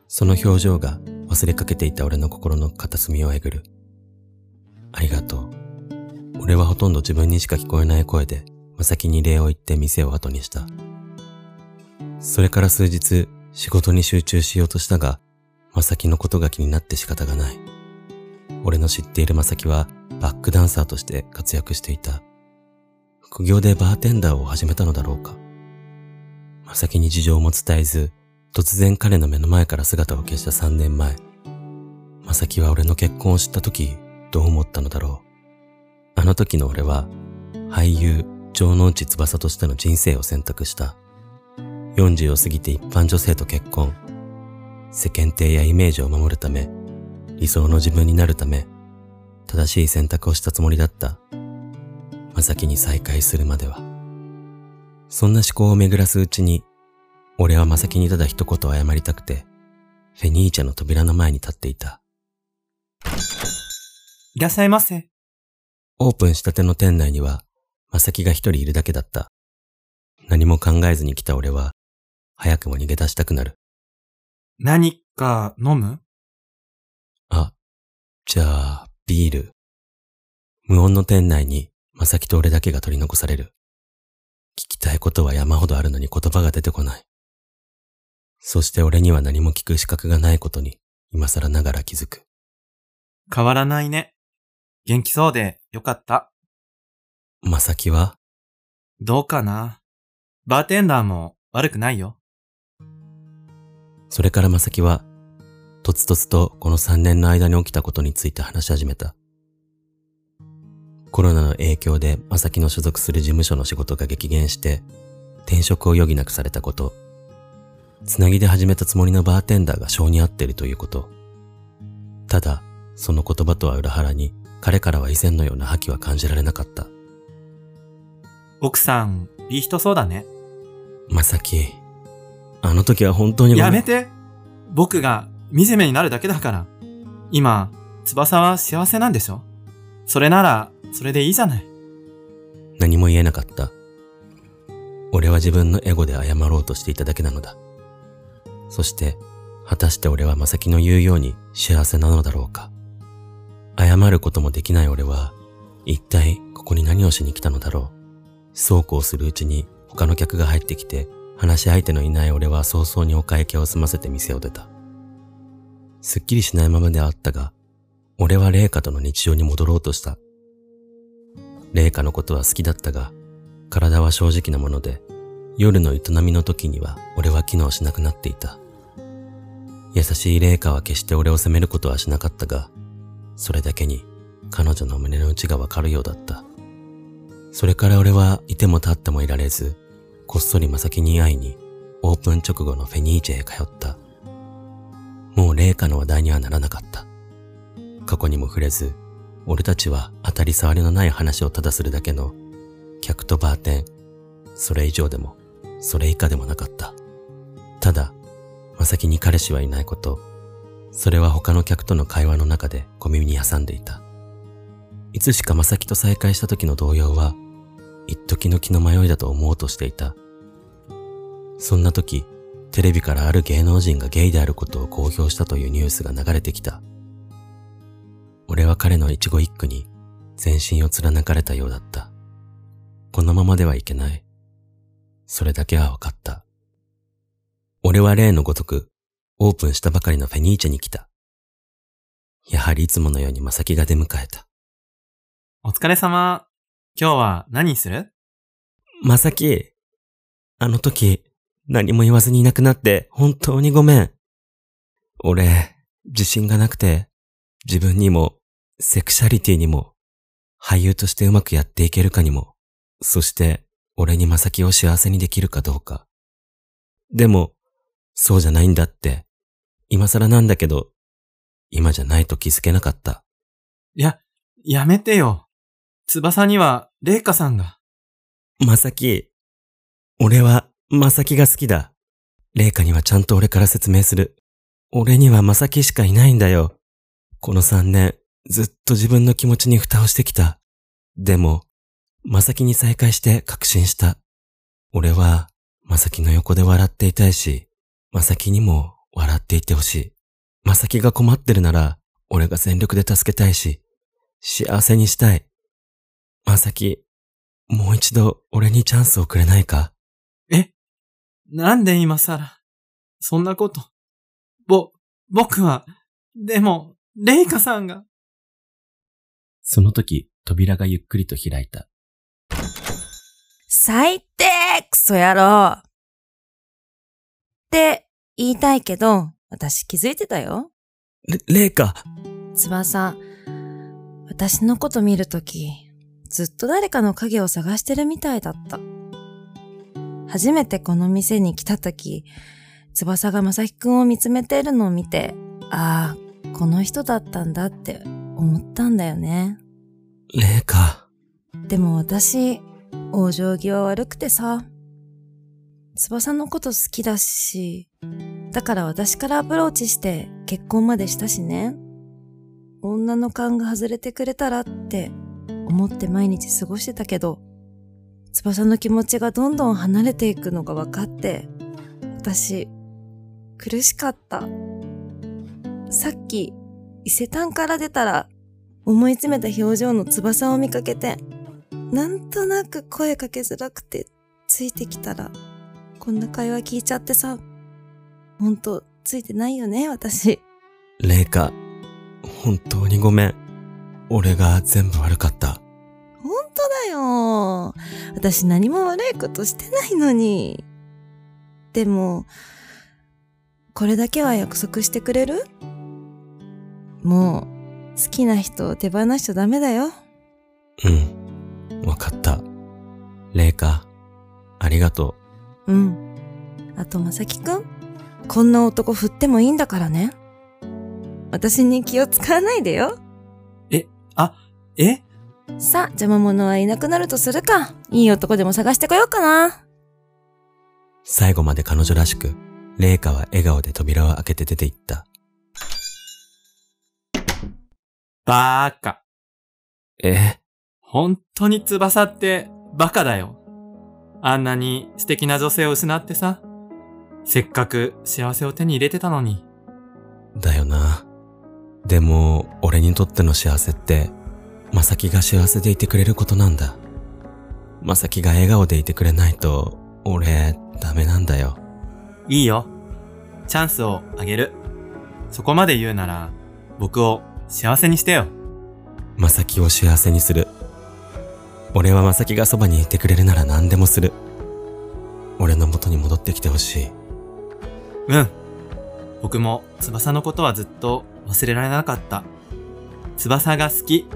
Speaker 1: その表情が忘れかけていた俺の心の片隅をえぐる。ありがとう。俺はほとんど自分にしか聞こえない声で、まさきに礼を言って店を後にした。それから数日、仕事に集中しようとしたが、まさきのことが気になって仕方がない。俺の知っているまさきは、バックダンサーとして活躍していた。副業でバーテンダーを始めたのだろうか。まさきに事情も伝えず、突然彼の目の前から姿を消した3年前。まさきは俺の結婚を知った時、どう思ったのだろう。あの時の俺は、俳優、城之内翼としての人生を選択した。40を過ぎて一般女性と結婚。世間体やイメージを守るため、理想の自分になるため、正しい選択をしたつもりだった。まさきに再会するまでは。そんな思考を巡らすうちに、俺はまさきにただ一言謝りたくて、フェニーチェの扉の前に立っていた。
Speaker 4: いらっしゃいませ。
Speaker 1: オープンしたての店内には、まさきが一人いるだけだった。何も考えずに来た俺は、早くも逃げ出したくなる。
Speaker 4: 何か飲む
Speaker 1: あ、じゃあ、ビール。無音の店内に、まさきと俺だけが取り残される。聞きたいことは山ほどあるのに言葉が出てこない。そして俺には何も聞く資格がないことに、今更ながら気づく。
Speaker 4: 変わらないね。元気そうでよかった。
Speaker 1: まさきは
Speaker 4: どうかな。バーテンダーも悪くないよ。
Speaker 1: それからまさきは、とつとつとこの3年の間に起きたことについて話し始めた。コロナの影響でまさきの所属する事務所の仕事が激減して、転職を余儀なくされたこと、つなぎで始めたつもりのバーテンダーが性に合っているということ、ただ、その言葉とは裏腹に、彼からは以前のような覇気は感じられなかった。
Speaker 4: 奥さん、いい人そうだね。
Speaker 1: まさき、あの時は本当にごめん
Speaker 4: やめて僕が惨めになるだけだから。今、翼は幸せなんでしょそれなら、それでいいじゃない。
Speaker 1: 何も言えなかった。俺は自分のエゴで謝ろうとしていただけなのだ。そして、果たして俺はまさきの言うように幸せなのだろうか。謝ることもできない俺は、一体ここに何をしに来たのだろう。そうこうするうちに他の客が入ってきて、話し相手のいない俺は早々にお会計を済ませて店を出た。すっきりしないままであったが、俺は麗華との日常に戻ろうとした。麗華のことは好きだったが、体は正直なもので、夜の営みの時には俺は機能しなくなっていた。優しい麗華は決して俺を責めることはしなかったが、それだけに彼女の胸の内がわかるようだった。それから俺はいても立ってもいられず、こっそり正木に会いに、オープン直後のフェニーチェへ通った。もう麗華の話題にはならなかった。過去にも触れず、俺たちは当たり障りのない話をただするだけの、客とバーテン、それ以上でも、それ以下でもなかった。ただ、まさきに彼氏はいないこと、それは他の客との会話の中で小耳に挟んでいた。いつしかまさきと再会した時の動揺は、一時の気の迷いだと思おうとしていた。そんな時、テレビからある芸能人がゲイであることを公表したというニュースが流れてきた。俺は彼の一期一句に全身を貫かれたようだった。このままではいけない。それだけは分かった。俺は例のごとく、オープンしたばかりのフェニーチェに来た。やはりいつものようにマサキが出迎えた。
Speaker 4: お疲れ様。今日は何する
Speaker 1: マサキ、あの時、何も言わずにいなくなって本当にごめん。俺、自信がなくて、自分にも、セクシャリティにも、俳優としてうまくやっていけるかにも、そして、俺にマサキを幸せにできるかどうか。でも、そうじゃないんだって、今更なんだけど、今じゃないと気づけなかった。
Speaker 4: いや、やめてよ。翼には、麗華さんが。
Speaker 1: まさき。俺は、まさきが好きだ。レイカにはちゃんと俺から説明する。俺にはまさきしかいないんだよ。この3年、ずっと自分の気持ちに蓋をしてきた。でも、まさきに再会して確信した。俺は、まさきの横で笑っていたいし、まさきにも笑っていてほしい。まさきが困ってるなら、俺が全力で助けたいし、幸せにしたい。まさき、もう一度俺にチャンスをくれないか
Speaker 4: なんで今更。そんなこと。ぼ、僕は、でも、麗華さんが。
Speaker 6: その時、扉がゆっくりと開いた。
Speaker 2: 最低クソ野郎って言いたいけど、私気づいてたよ。
Speaker 1: レ、レイカ
Speaker 2: 翼、私のこと見るとき、ずっと誰かの影を探してるみたいだった。初めてこの店に来たとき、翼がまさきくんを見つめているのを見て、ああ、この人だったんだって思ったんだよね。
Speaker 1: レイカ
Speaker 2: でも私、往生際悪くてさ、翼のこと好きだし、だから私からアプローチして結婚までしたしね。女の勘が外れてくれたらって思って毎日過ごしてたけど、翼の気持ちがどんどん離れていくのが分かって、私、苦しかった。さっき、伊勢丹から出たら、思い詰めた表情の翼を見かけて、なんとなく声かけづらくて、ついてきたら、こんな会話聞いちゃってさ、ほんと、ついてないよね、私。
Speaker 1: レイカ本当にごめん。俺が全部悪かった。
Speaker 2: ほんとだよ。私何も悪いことしてないのに。でも、これだけは約束してくれるもう、好きな人を手放しちゃダメだよ。
Speaker 1: うん。わかった。レイカありがと
Speaker 2: うん。あと、まさきくん。こんな男振ってもいいんだからね。私に気を使わないでよ。
Speaker 4: え
Speaker 2: さあ、邪魔者はいなくなるとするか。いい男でも探してこようかな。
Speaker 1: 最後まで彼女らしく、麗華は笑顔で扉を開けて出て行った。
Speaker 4: バーカ。
Speaker 1: え
Speaker 4: 本当に翼ってバカだよ。あんなに素敵な女性を失ってさ。せっかく幸せを手に入れてたのに。
Speaker 1: だよな。でも、俺にとっての幸せって、まさきが幸せでいてくれることなんだ。まさきが笑顔でいてくれないと、俺、ダメなんだよ。
Speaker 4: いいよ。チャンスをあげる。そこまで言うなら、僕を幸せにしてよ。
Speaker 1: まさきを幸せにする。俺はまさきがそばにいてくれるなら何でもする。俺の元に戻ってきてほしい。
Speaker 4: うん。僕も翼のことはずっと忘れられなかった。翼が好き。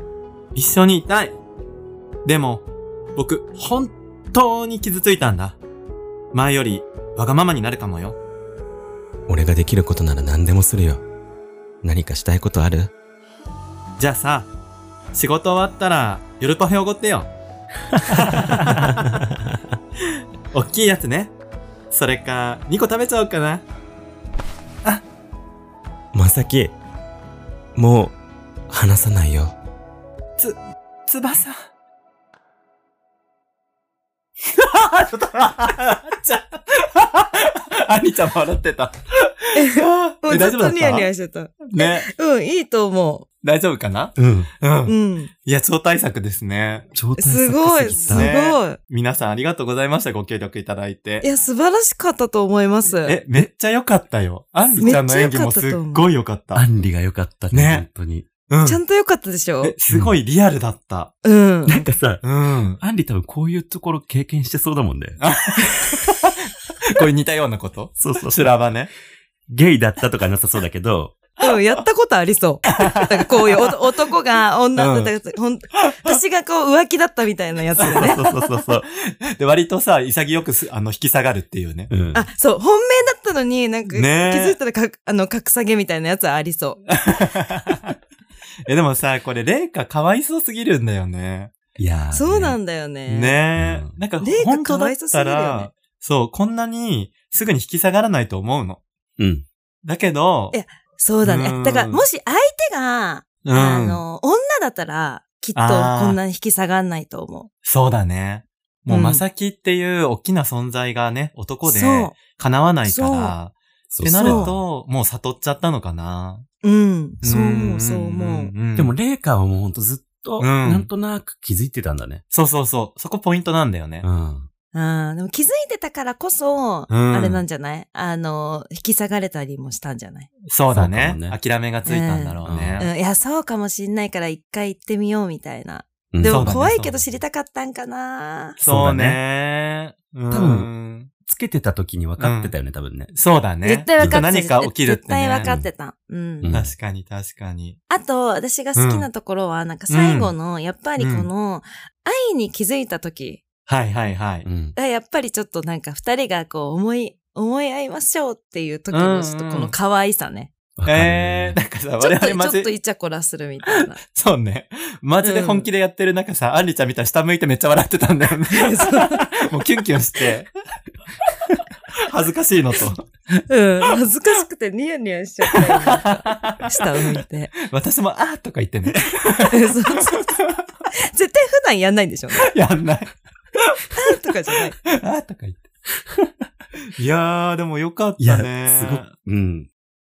Speaker 4: 一緒にいたい。でも、僕、本当に傷ついたんだ。前よりわがままになるかもよ。
Speaker 1: 俺ができることなら何でもするよ。何かしたいことある
Speaker 4: じゃあさ、仕事終わったら夜パフェおごっ てよ。おっきいやつね。それか、2個食べちゃおうかな。
Speaker 1: まさき、もう、話さないよ。
Speaker 4: 翼。 ちょっと、 笑っちゃう。兄ちゃんも笑ってた。
Speaker 2: も
Speaker 4: え
Speaker 2: うず
Speaker 4: 大
Speaker 2: っ
Speaker 4: 丈夫だ
Speaker 2: と
Speaker 4: った
Speaker 2: ニヤニヤしちゃった。
Speaker 4: ね、
Speaker 2: うん、いいと思
Speaker 4: 大丈夫かな
Speaker 1: うん。
Speaker 4: う
Speaker 2: う。
Speaker 4: ん
Speaker 2: う。ん。
Speaker 4: いや、超対策ですね。
Speaker 1: 超大作
Speaker 2: すごい、す
Speaker 1: す
Speaker 2: ご
Speaker 1: ぎ
Speaker 2: い
Speaker 1: た。。
Speaker 4: 皆さんありがとうございました。ご協力いただい
Speaker 2: い
Speaker 4: て。
Speaker 2: や、素晴らしかったと思います。
Speaker 4: え、めっちゃ良かったよ。アンリちゃんの演技もすっごい良かった。
Speaker 6: アンリが良かったね、
Speaker 4: ね
Speaker 6: 本当に。
Speaker 4: うん
Speaker 2: ちゃんと良かったでしょ
Speaker 4: え、すごいリアルだった。
Speaker 2: うん。
Speaker 6: なんかさ、
Speaker 4: うん。
Speaker 6: アンリ多分こういうところ経験してそうだもんね。
Speaker 4: これ似たようなこと
Speaker 6: そうそう
Speaker 4: 修羅場ね。
Speaker 6: ゲイだったとかなさそうだけ ど、
Speaker 2: うん、やったことありそう。なんかこういうお男が女
Speaker 4: うん
Speaker 2: だったほん、私がこう浮気だったみたいなやつでね。
Speaker 6: そうそうそうそう。
Speaker 4: で、割とさ、潔くす、あの、引き下がるって いうね。
Speaker 6: うん。
Speaker 2: あ、そう、本命だったのになんか気
Speaker 4: ねえ
Speaker 2: づいたらか、あの、格下げみたいなやつはありそう。
Speaker 4: え、でもさ、これ、レイカかわいそうすぎるんだよね。
Speaker 6: いやーね
Speaker 2: そうなんだよね。
Speaker 4: ねえ、
Speaker 6: うん
Speaker 4: なんか、
Speaker 2: レイカ
Speaker 4: 本当だっ
Speaker 2: かわいそうすぎ
Speaker 4: た
Speaker 2: るよ
Speaker 4: ら
Speaker 2: ね、
Speaker 4: そう、こんなにすぐに引き下がらないと思うの。
Speaker 6: うん。
Speaker 4: だけど、
Speaker 2: いやそうだ
Speaker 4: うん
Speaker 2: ね。だから、もし相手が、
Speaker 4: うん、
Speaker 2: あの、女だったら、きっと
Speaker 4: あー
Speaker 2: こんなに引き下がんないと思
Speaker 4: そうだね。もう、
Speaker 2: うん
Speaker 4: まさきっていう大きな存在がね、男
Speaker 2: う。
Speaker 4: で、
Speaker 2: そ
Speaker 4: 叶わないから、
Speaker 1: そ
Speaker 4: ってなる
Speaker 2: そう
Speaker 4: と、もう悟っちゃったのかな。
Speaker 2: う。うん。そう思
Speaker 4: ん
Speaker 2: う、そう思う。
Speaker 4: ん
Speaker 6: でも、レイカはもうほんとずっと、
Speaker 4: うん
Speaker 6: なんとなく気づいてたんだね。
Speaker 4: そうそうそう。そこポイントなんだよね
Speaker 6: う。ん。
Speaker 2: あーでも気づいてたからこそ、
Speaker 4: うん
Speaker 2: あれなんじゃないあの、引き下がれたりもしたんじゃない、
Speaker 4: そうだ
Speaker 6: そう
Speaker 4: ね
Speaker 6: かもね
Speaker 4: 諦めがついたんだろうね。
Speaker 2: うん、いや、そうかもしんないから一回行ってみようみたいな。
Speaker 6: うん
Speaker 2: で
Speaker 4: そう
Speaker 2: も
Speaker 4: だね
Speaker 2: 怖いけど知りたかったんかな
Speaker 4: そうね。うん
Speaker 6: 多分つけてた時に分かってたよね、多分ね。
Speaker 4: そうだね。
Speaker 2: 絶対分かってた。
Speaker 4: 何か起きるって、
Speaker 2: 絶
Speaker 4: ね。
Speaker 2: 対分かってた。うん。
Speaker 6: うん
Speaker 4: 確かに、確かに。
Speaker 2: あと、私が好きなところは、なんか最後の、やっぱりこの、愛に気づいた時
Speaker 4: はいはいはい。
Speaker 6: うん。
Speaker 2: が、やっぱりちょっとなんか二人がこう、思い、思い合いましょうっていう時の、ちょっとこの可愛さね。
Speaker 6: わかるね
Speaker 4: えー、なんか
Speaker 2: ち
Speaker 4: さ、
Speaker 2: ょ
Speaker 4: 我
Speaker 2: っと、
Speaker 4: 々マ
Speaker 2: ちょっと
Speaker 4: ジ、
Speaker 2: イチャコラするみたいな。
Speaker 4: そうね。マジで本気でやってる中さ、アンリちゃんみたいに下向いてめっちゃ笑ってたんだよね。もうキュンキュンして。恥ずかしいのと。
Speaker 2: うん。 恥ずかしくてニヤニヤしちゃったよね。 下を向いて。
Speaker 4: 私も、あーとか言ってね。
Speaker 2: そうそうそう絶対普段やんないんでしょうね。
Speaker 4: やんない。
Speaker 2: とかじゃない。
Speaker 4: あーとか言 って。いやー、でもよかっ
Speaker 6: いや、
Speaker 4: た
Speaker 6: す
Speaker 4: ね。
Speaker 6: ごく、うん。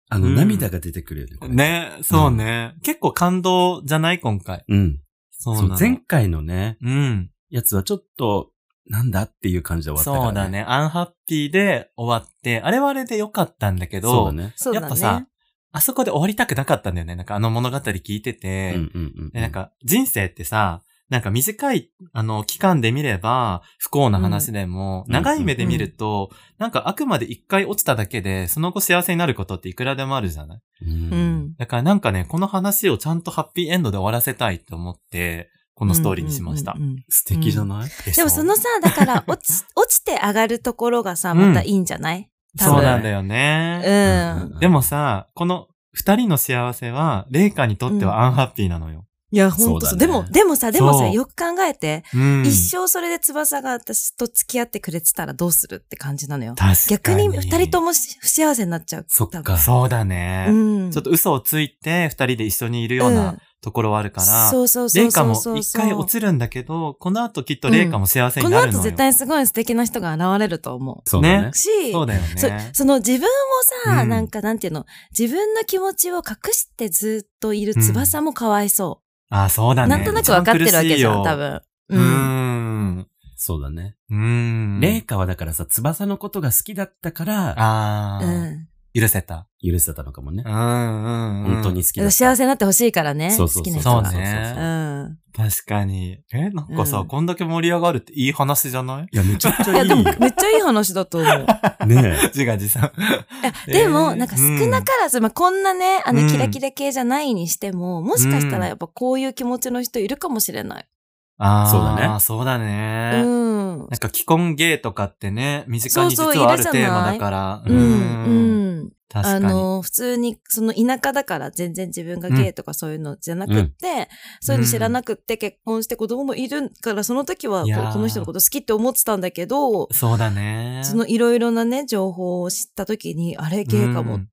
Speaker 6: あの、
Speaker 4: うん
Speaker 6: 涙が出てくるよねこれ。
Speaker 4: ね、そうね。結構感動じゃない今回。
Speaker 6: うん。
Speaker 4: そ
Speaker 6: そう
Speaker 4: なの。
Speaker 6: 前回のね、
Speaker 4: うん。
Speaker 6: やつはちょっと、なんだっていう感じで終わっ
Speaker 4: そう
Speaker 6: たか
Speaker 4: だ
Speaker 6: らね。
Speaker 4: ね。アンハッピーで終わって、あれはあれで良かったんだけど、
Speaker 6: そうだね。
Speaker 2: そうだ
Speaker 4: や
Speaker 2: ね。
Speaker 4: っぱさ、あそこで終わりたくなかったんだよね。なんかあの物語聞いてて、
Speaker 6: うんうんうん。
Speaker 4: でなん、か人生ってさ、なんか短い、あの、期間で見れば、不幸な話でも、
Speaker 6: うん
Speaker 4: 長い目で見ると、なんかあくまで一回落ちただけで、その後幸せになることっていくらでもあるじゃない
Speaker 6: うん。
Speaker 2: うん。
Speaker 4: だからなんかね、この話をちゃんとハッピーエンドで終わらせたいと思って、このストーリーにしました
Speaker 2: うん。うんうん
Speaker 6: 素敵じゃない
Speaker 2: でもそのさ、だから、落ち、落ちて上がるところがさ、またいいんじゃない、多分
Speaker 4: そうなんだよね。
Speaker 2: うん。
Speaker 4: でもさ、この二人の幸せは、レイカにとってはアンハッピーなのよ。
Speaker 2: いや、ほんとそう。
Speaker 6: そうだ
Speaker 2: で
Speaker 6: ね
Speaker 2: も、でもさ、でもさ、
Speaker 4: そう
Speaker 2: よく考えて、
Speaker 4: うん。
Speaker 2: 一生それで翼が私と付き合ってくれてたらどうするって感じなのよ。
Speaker 4: 確かに。
Speaker 2: 逆に二人ともし不幸せになっちゃう。
Speaker 6: そっか
Speaker 2: 多分
Speaker 4: そうだね。
Speaker 2: うん。
Speaker 4: ちょっと嘘をついて、二人で一緒にいるようなところはあるから、
Speaker 2: そうそうそうそう。
Speaker 4: レイカも一回落ちるんだけど、この後きっとレイカも幸せ
Speaker 2: こ
Speaker 4: に
Speaker 2: の
Speaker 4: なるのよ。
Speaker 2: 後絶対すごい素敵な人が現れると思
Speaker 6: そうだね
Speaker 2: う。。し、
Speaker 4: そうだよ
Speaker 2: そ
Speaker 4: ね。
Speaker 2: その自分をさ、
Speaker 4: うん
Speaker 2: なんかなんていうの、自分の気持ちを隠してずっといる翼もかわいそ
Speaker 4: あ、そう
Speaker 2: う。
Speaker 4: だね。
Speaker 2: なんとなくわかってるわけじゃん、
Speaker 4: 一
Speaker 2: 多
Speaker 4: 番苦
Speaker 2: 分。
Speaker 4: しいよ。う。ん。
Speaker 6: そうだね。
Speaker 4: うん。
Speaker 6: レイカはだからさ、翼のことが好きだったから、
Speaker 4: あ
Speaker 2: う
Speaker 4: あ、
Speaker 2: ん。
Speaker 4: 許せた。
Speaker 6: 許せたのかもね
Speaker 4: う。んうん、うん。
Speaker 6: 本当に。好きだった。
Speaker 2: 幸せになってほしいからね。
Speaker 6: そうそうそう
Speaker 2: 好きな人
Speaker 4: そう
Speaker 2: が。
Speaker 4: ね。
Speaker 2: うん。
Speaker 4: 確かに。え、なんかさ、
Speaker 2: うん
Speaker 4: こんだけ盛り上がるっていい話じ ゃない
Speaker 6: いや、めちゃくち
Speaker 2: い
Speaker 6: ゃ
Speaker 2: や、
Speaker 6: いい
Speaker 2: で
Speaker 6: よ
Speaker 2: も。、めっちゃいい話だと思う。
Speaker 6: ねえ。
Speaker 4: 自画自賛。
Speaker 2: いやでも、
Speaker 4: えー
Speaker 2: なんか少なからず、まあ、こんなね、あの
Speaker 4: う、ん
Speaker 2: キラキラ系じゃないにしても、もしかしたらやっぱこういう気持ちの人いるかもしれない。
Speaker 4: ああ、
Speaker 6: そうだね
Speaker 4: そうだね。
Speaker 2: うん。うん
Speaker 4: なんか既婚芸とかってね、身近に実
Speaker 2: そうそう
Speaker 4: はある
Speaker 2: い
Speaker 4: テ
Speaker 2: るじゃ
Speaker 4: ー
Speaker 2: ない
Speaker 4: マだから。
Speaker 2: う
Speaker 4: うん
Speaker 2: ん。
Speaker 4: 確か
Speaker 2: あ
Speaker 4: に。
Speaker 2: の、普通に、その田舎だから全然自分がゲイとかそういうのじゃなくって、そういうの知らなくって結婚して子供もいるから、その時はこ
Speaker 4: いうやー
Speaker 2: この人のこと好きって思ってたんだけど、
Speaker 4: そうだね。
Speaker 2: そのいろいろなね、情報を知った時に、あれゲイかもっ
Speaker 4: うん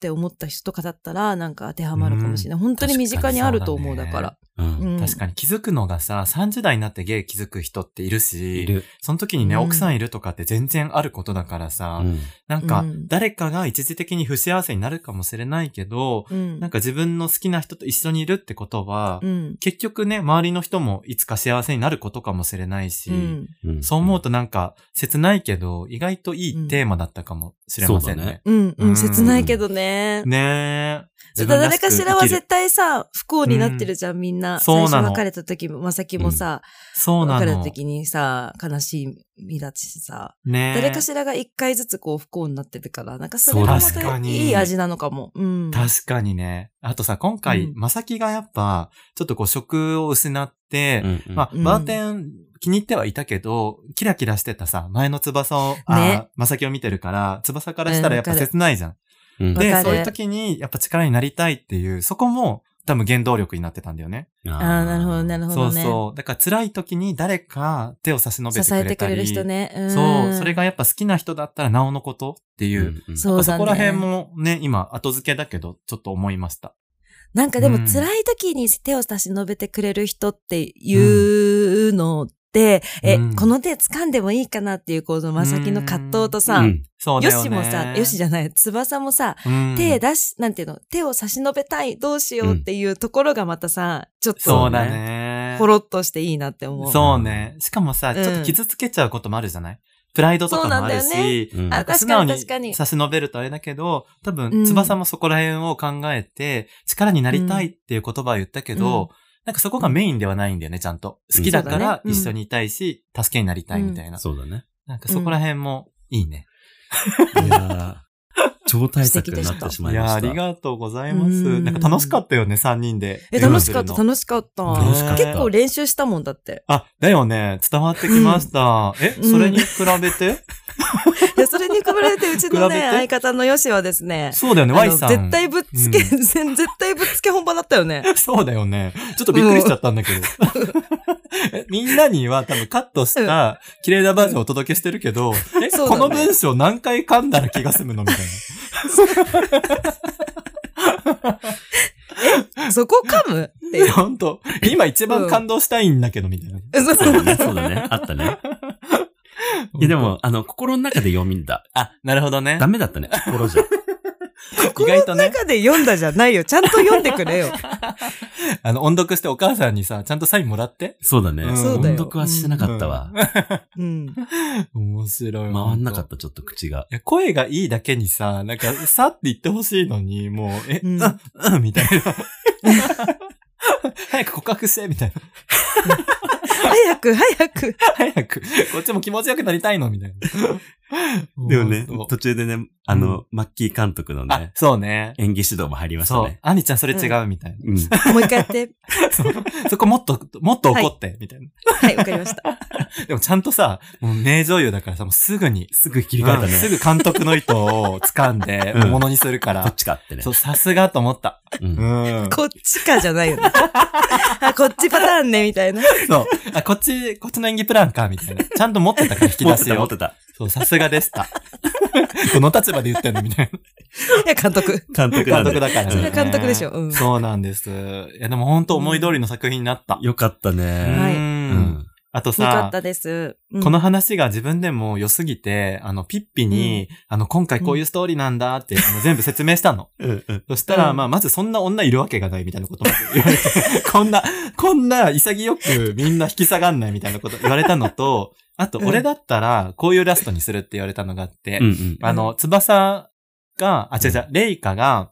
Speaker 2: て思った人とかだったら、なんか当てはまるかもしれない。本当に身近にあると思う、だ
Speaker 4: 確かに
Speaker 2: か
Speaker 6: う
Speaker 2: ら。
Speaker 6: ん。
Speaker 2: うん
Speaker 4: 確かに気づくのがさ、30代になってゲイ気づく人っているし、
Speaker 6: いる。
Speaker 4: その時にね、
Speaker 2: うん
Speaker 4: 奥さんいるとかって全然あることだからさ、
Speaker 6: うん
Speaker 4: なんか
Speaker 2: うん
Speaker 4: 誰かが一時的に不幸せになるかもしれないけど、
Speaker 2: うん。
Speaker 4: なんか自分の好きな人と一緒にいるってことは、
Speaker 2: うん。
Speaker 4: 結局ね、周りの人もいつか幸せになることかもしれないし、
Speaker 2: うん。
Speaker 6: うん。
Speaker 4: そう思うとなんか切ないけど、意外といいテーマだったかもしれませんね。
Speaker 2: うん、
Speaker 4: う
Speaker 2: うんん、切ないけどね。
Speaker 4: ねえ。
Speaker 2: だから誰かしらは
Speaker 4: 自分
Speaker 2: 絶対さ、不幸になってるじゃん、みんな。
Speaker 4: そうなの
Speaker 2: 最初別れた時も、まさきもさ、
Speaker 4: らしく生きるそうな
Speaker 2: 別れた
Speaker 4: の。
Speaker 2: 時にさ、悲しみだしさ、
Speaker 4: ねえ。
Speaker 2: 誰かしらが一回ずつこう不幸になってるから、なんかそれがま
Speaker 4: そう確
Speaker 2: た
Speaker 4: かに
Speaker 2: いい味なのかも。うん。
Speaker 4: 確かにね。あとさ、今回、
Speaker 2: うん
Speaker 4: まさきがやっぱ、ちょっとこう、職を失って、
Speaker 6: うんうん
Speaker 4: まあ、
Speaker 2: うん
Speaker 4: バーテン気に入ってはいたけど、キラキラしてたさ、前の翼を、
Speaker 2: ね
Speaker 4: あまさきを見てるから、翼からしたらやっぱ
Speaker 2: うんわかる
Speaker 4: 切ないじゃん。
Speaker 6: うん
Speaker 2: わか
Speaker 4: で、
Speaker 2: る
Speaker 4: そういう時に、やっぱ力になりたいっていう、そこも、多分原動力になってたんだよね。
Speaker 6: あ
Speaker 2: ああ、なるほど、なるほ
Speaker 4: そ
Speaker 2: ど
Speaker 4: う
Speaker 2: ね。
Speaker 4: そう。だから辛い時に誰か手を差し伸べてくれ
Speaker 2: 支
Speaker 4: たり。
Speaker 2: えてくれる人ね。うん、
Speaker 4: そう。それがやっぱ好きな人だったらなおのことっていう、
Speaker 6: うんうん
Speaker 2: そうだ
Speaker 4: そ
Speaker 2: ね。
Speaker 4: こら辺もね、今、後付けだけど、ちょっと思いました。
Speaker 2: なんかでも
Speaker 4: うん
Speaker 2: 辛い時に手を差し伸べてくれる人っていうのって、え、
Speaker 4: うん
Speaker 2: この手掴んでもいいかなっていうこのまさきの葛藤と
Speaker 6: う
Speaker 2: さ、
Speaker 6: ん
Speaker 4: そうだ
Speaker 2: よ
Speaker 4: よね。
Speaker 2: しもさ、よしじゃない、翼もさ、
Speaker 4: うん
Speaker 2: 手出し、なんていうの、手を差し伸べたい、どうしようっていうところがまたさ、ちょっ
Speaker 4: そ
Speaker 2: と、
Speaker 4: うだね。
Speaker 2: ほろっとしていいなって思う。
Speaker 4: そうね。しかもさ、
Speaker 2: うん
Speaker 4: ちょっと傷つけちゃうこともあるじゃないプライドとかもある
Speaker 2: そうなんだよ
Speaker 4: し、
Speaker 6: うん
Speaker 2: あ
Speaker 4: なんか
Speaker 2: 確
Speaker 4: 素
Speaker 2: か
Speaker 4: 直
Speaker 2: に
Speaker 4: に
Speaker 2: 確かに
Speaker 4: 差し伸べるとあれだけど、多
Speaker 2: う
Speaker 4: 分、
Speaker 2: ん
Speaker 4: 翼もそこら辺を考えて、力になりたいっていう言葉を言ったけ
Speaker 2: うん
Speaker 4: ど、なんかそこがメインではないんだよね、ちゃんと。好きだか
Speaker 2: そうだね
Speaker 4: ら
Speaker 2: うん
Speaker 4: 一緒にいたいし、助けになりたいみたいな。
Speaker 6: そうだね。
Speaker 4: なんかそこら辺もいいね。
Speaker 6: いやー超大作になってしま
Speaker 4: い
Speaker 6: いま
Speaker 4: や、
Speaker 6: し
Speaker 4: あ
Speaker 6: た。
Speaker 4: りがとうございま
Speaker 2: う
Speaker 4: す。
Speaker 2: ん
Speaker 4: なんか楽しかったよね、3人で。
Speaker 2: え、楽しかった、
Speaker 4: うん
Speaker 2: 楽しかった。
Speaker 6: 楽しかった
Speaker 2: 結構練習したもんだって。
Speaker 4: あ、だよね。伝わってきました。え、
Speaker 2: うん
Speaker 4: それに比べて
Speaker 2: いや、それに比べて、うちの
Speaker 4: 比べ
Speaker 2: ね、
Speaker 4: て
Speaker 2: 相方のよしはですね、
Speaker 4: そうだよね、
Speaker 2: あ
Speaker 4: Y
Speaker 2: の
Speaker 4: さん。
Speaker 2: 絶対ぶっつけ、
Speaker 4: う
Speaker 2: 絶対ぶっつけ本番だったよね。
Speaker 4: そうだよね。ちょっとびっくりしちゃったんだけど。 えみんなには多分カットした綺麗なバージョンをお届けしてるけど、え、
Speaker 2: そうだ
Speaker 4: こ
Speaker 2: ね
Speaker 4: の文章何回噛んだら気が済むのみたい
Speaker 2: そこ噛むってい
Speaker 4: な。
Speaker 2: う。
Speaker 4: 本当今一番感動したいんだけど、みたいな。
Speaker 2: そう
Speaker 6: そうだね。そうだね。あったね。いや、でも、あの、心の中で読みんだ。
Speaker 4: あ、なるほどね
Speaker 6: ダメだったね。心じゃ。
Speaker 4: 意外とね、
Speaker 2: 中で読んだじゃないよ。ちゃんと読んでくれ よ。
Speaker 4: あの、音読してお母さんにさ、ちゃんとサインもらって。
Speaker 6: そうだね。
Speaker 4: うん
Speaker 2: そうだよ
Speaker 6: 音読はしてなかったわ。
Speaker 2: うん。
Speaker 4: 面白い。
Speaker 6: 回んなか
Speaker 4: た
Speaker 6: った、ちょっと口が。
Speaker 4: いや声がいいだけにさ、なんか、さって言ってほしいのに、もう、え、
Speaker 2: う
Speaker 4: うんん、うん、みたいな。 早く告白して、みたいな。
Speaker 2: 早く、早く。
Speaker 4: 早く、こっちも気持ちよくなりたいの、みたいな。
Speaker 1: でもね
Speaker 4: そう、
Speaker 1: 途中でね、あの、マッキー監督の
Speaker 4: あ
Speaker 1: ね、、
Speaker 4: そうね。
Speaker 1: 演技指導も入りました
Speaker 4: そう
Speaker 1: ね。。
Speaker 4: アニちゃんそれ違うみたい
Speaker 1: うん。
Speaker 2: もう一回やって。
Speaker 4: な。そうそこもっと、もっと怒って、みたいな。
Speaker 2: はい、わかりま した。
Speaker 4: でもちゃんとさ、もう名女優だからさ、もうすぐに、
Speaker 1: すぐ切り替えたね。
Speaker 4: すぐ監督の意図を掴んで、
Speaker 1: うん
Speaker 4: ものにするか
Speaker 1: こっ
Speaker 4: ら。
Speaker 1: ちかってね
Speaker 4: そう、。さすがと思った。
Speaker 1: うん
Speaker 4: うん。
Speaker 2: こっちかじゃないよね。あ、こっちパターンね、みたいな。
Speaker 4: そう。あ、こっち、こっちの演技プランか、みたいな。ちゃんと持ってたから引き
Speaker 1: 持
Speaker 4: 出
Speaker 1: って
Speaker 4: す
Speaker 1: た、持
Speaker 4: よ
Speaker 1: っ。てた。
Speaker 4: そう、さすがで した。どの立場で言ってんのみたい
Speaker 2: いや、監督。
Speaker 1: 監督な
Speaker 4: な。
Speaker 1: ん
Speaker 4: 監督
Speaker 1: で。
Speaker 4: だからね。
Speaker 2: それは監督でしょうん
Speaker 4: そうなんです。いや、でも本当思い通りの作品になった。
Speaker 1: よかったね。
Speaker 2: はい
Speaker 4: うん。あと
Speaker 2: よか
Speaker 4: さ
Speaker 2: っ、たです。うん
Speaker 4: この話が自分でも良すぎて、あの、ピッピに、あの、今回こういうストーリーなんだって、あの全部説明した の。
Speaker 1: うんうん
Speaker 4: そしたら、
Speaker 2: うん
Speaker 4: まあ、まずそんな女いるわけがないみたいなことも言われて、 こんな、こんな潔くみんな引き下がんないみたいなこと言われたのと、あと、
Speaker 2: うん
Speaker 4: 俺だったら、こういうラストにするって言われたのがあって、
Speaker 1: うんうん。
Speaker 4: あの、翼が、あ、違う違う、レイカが、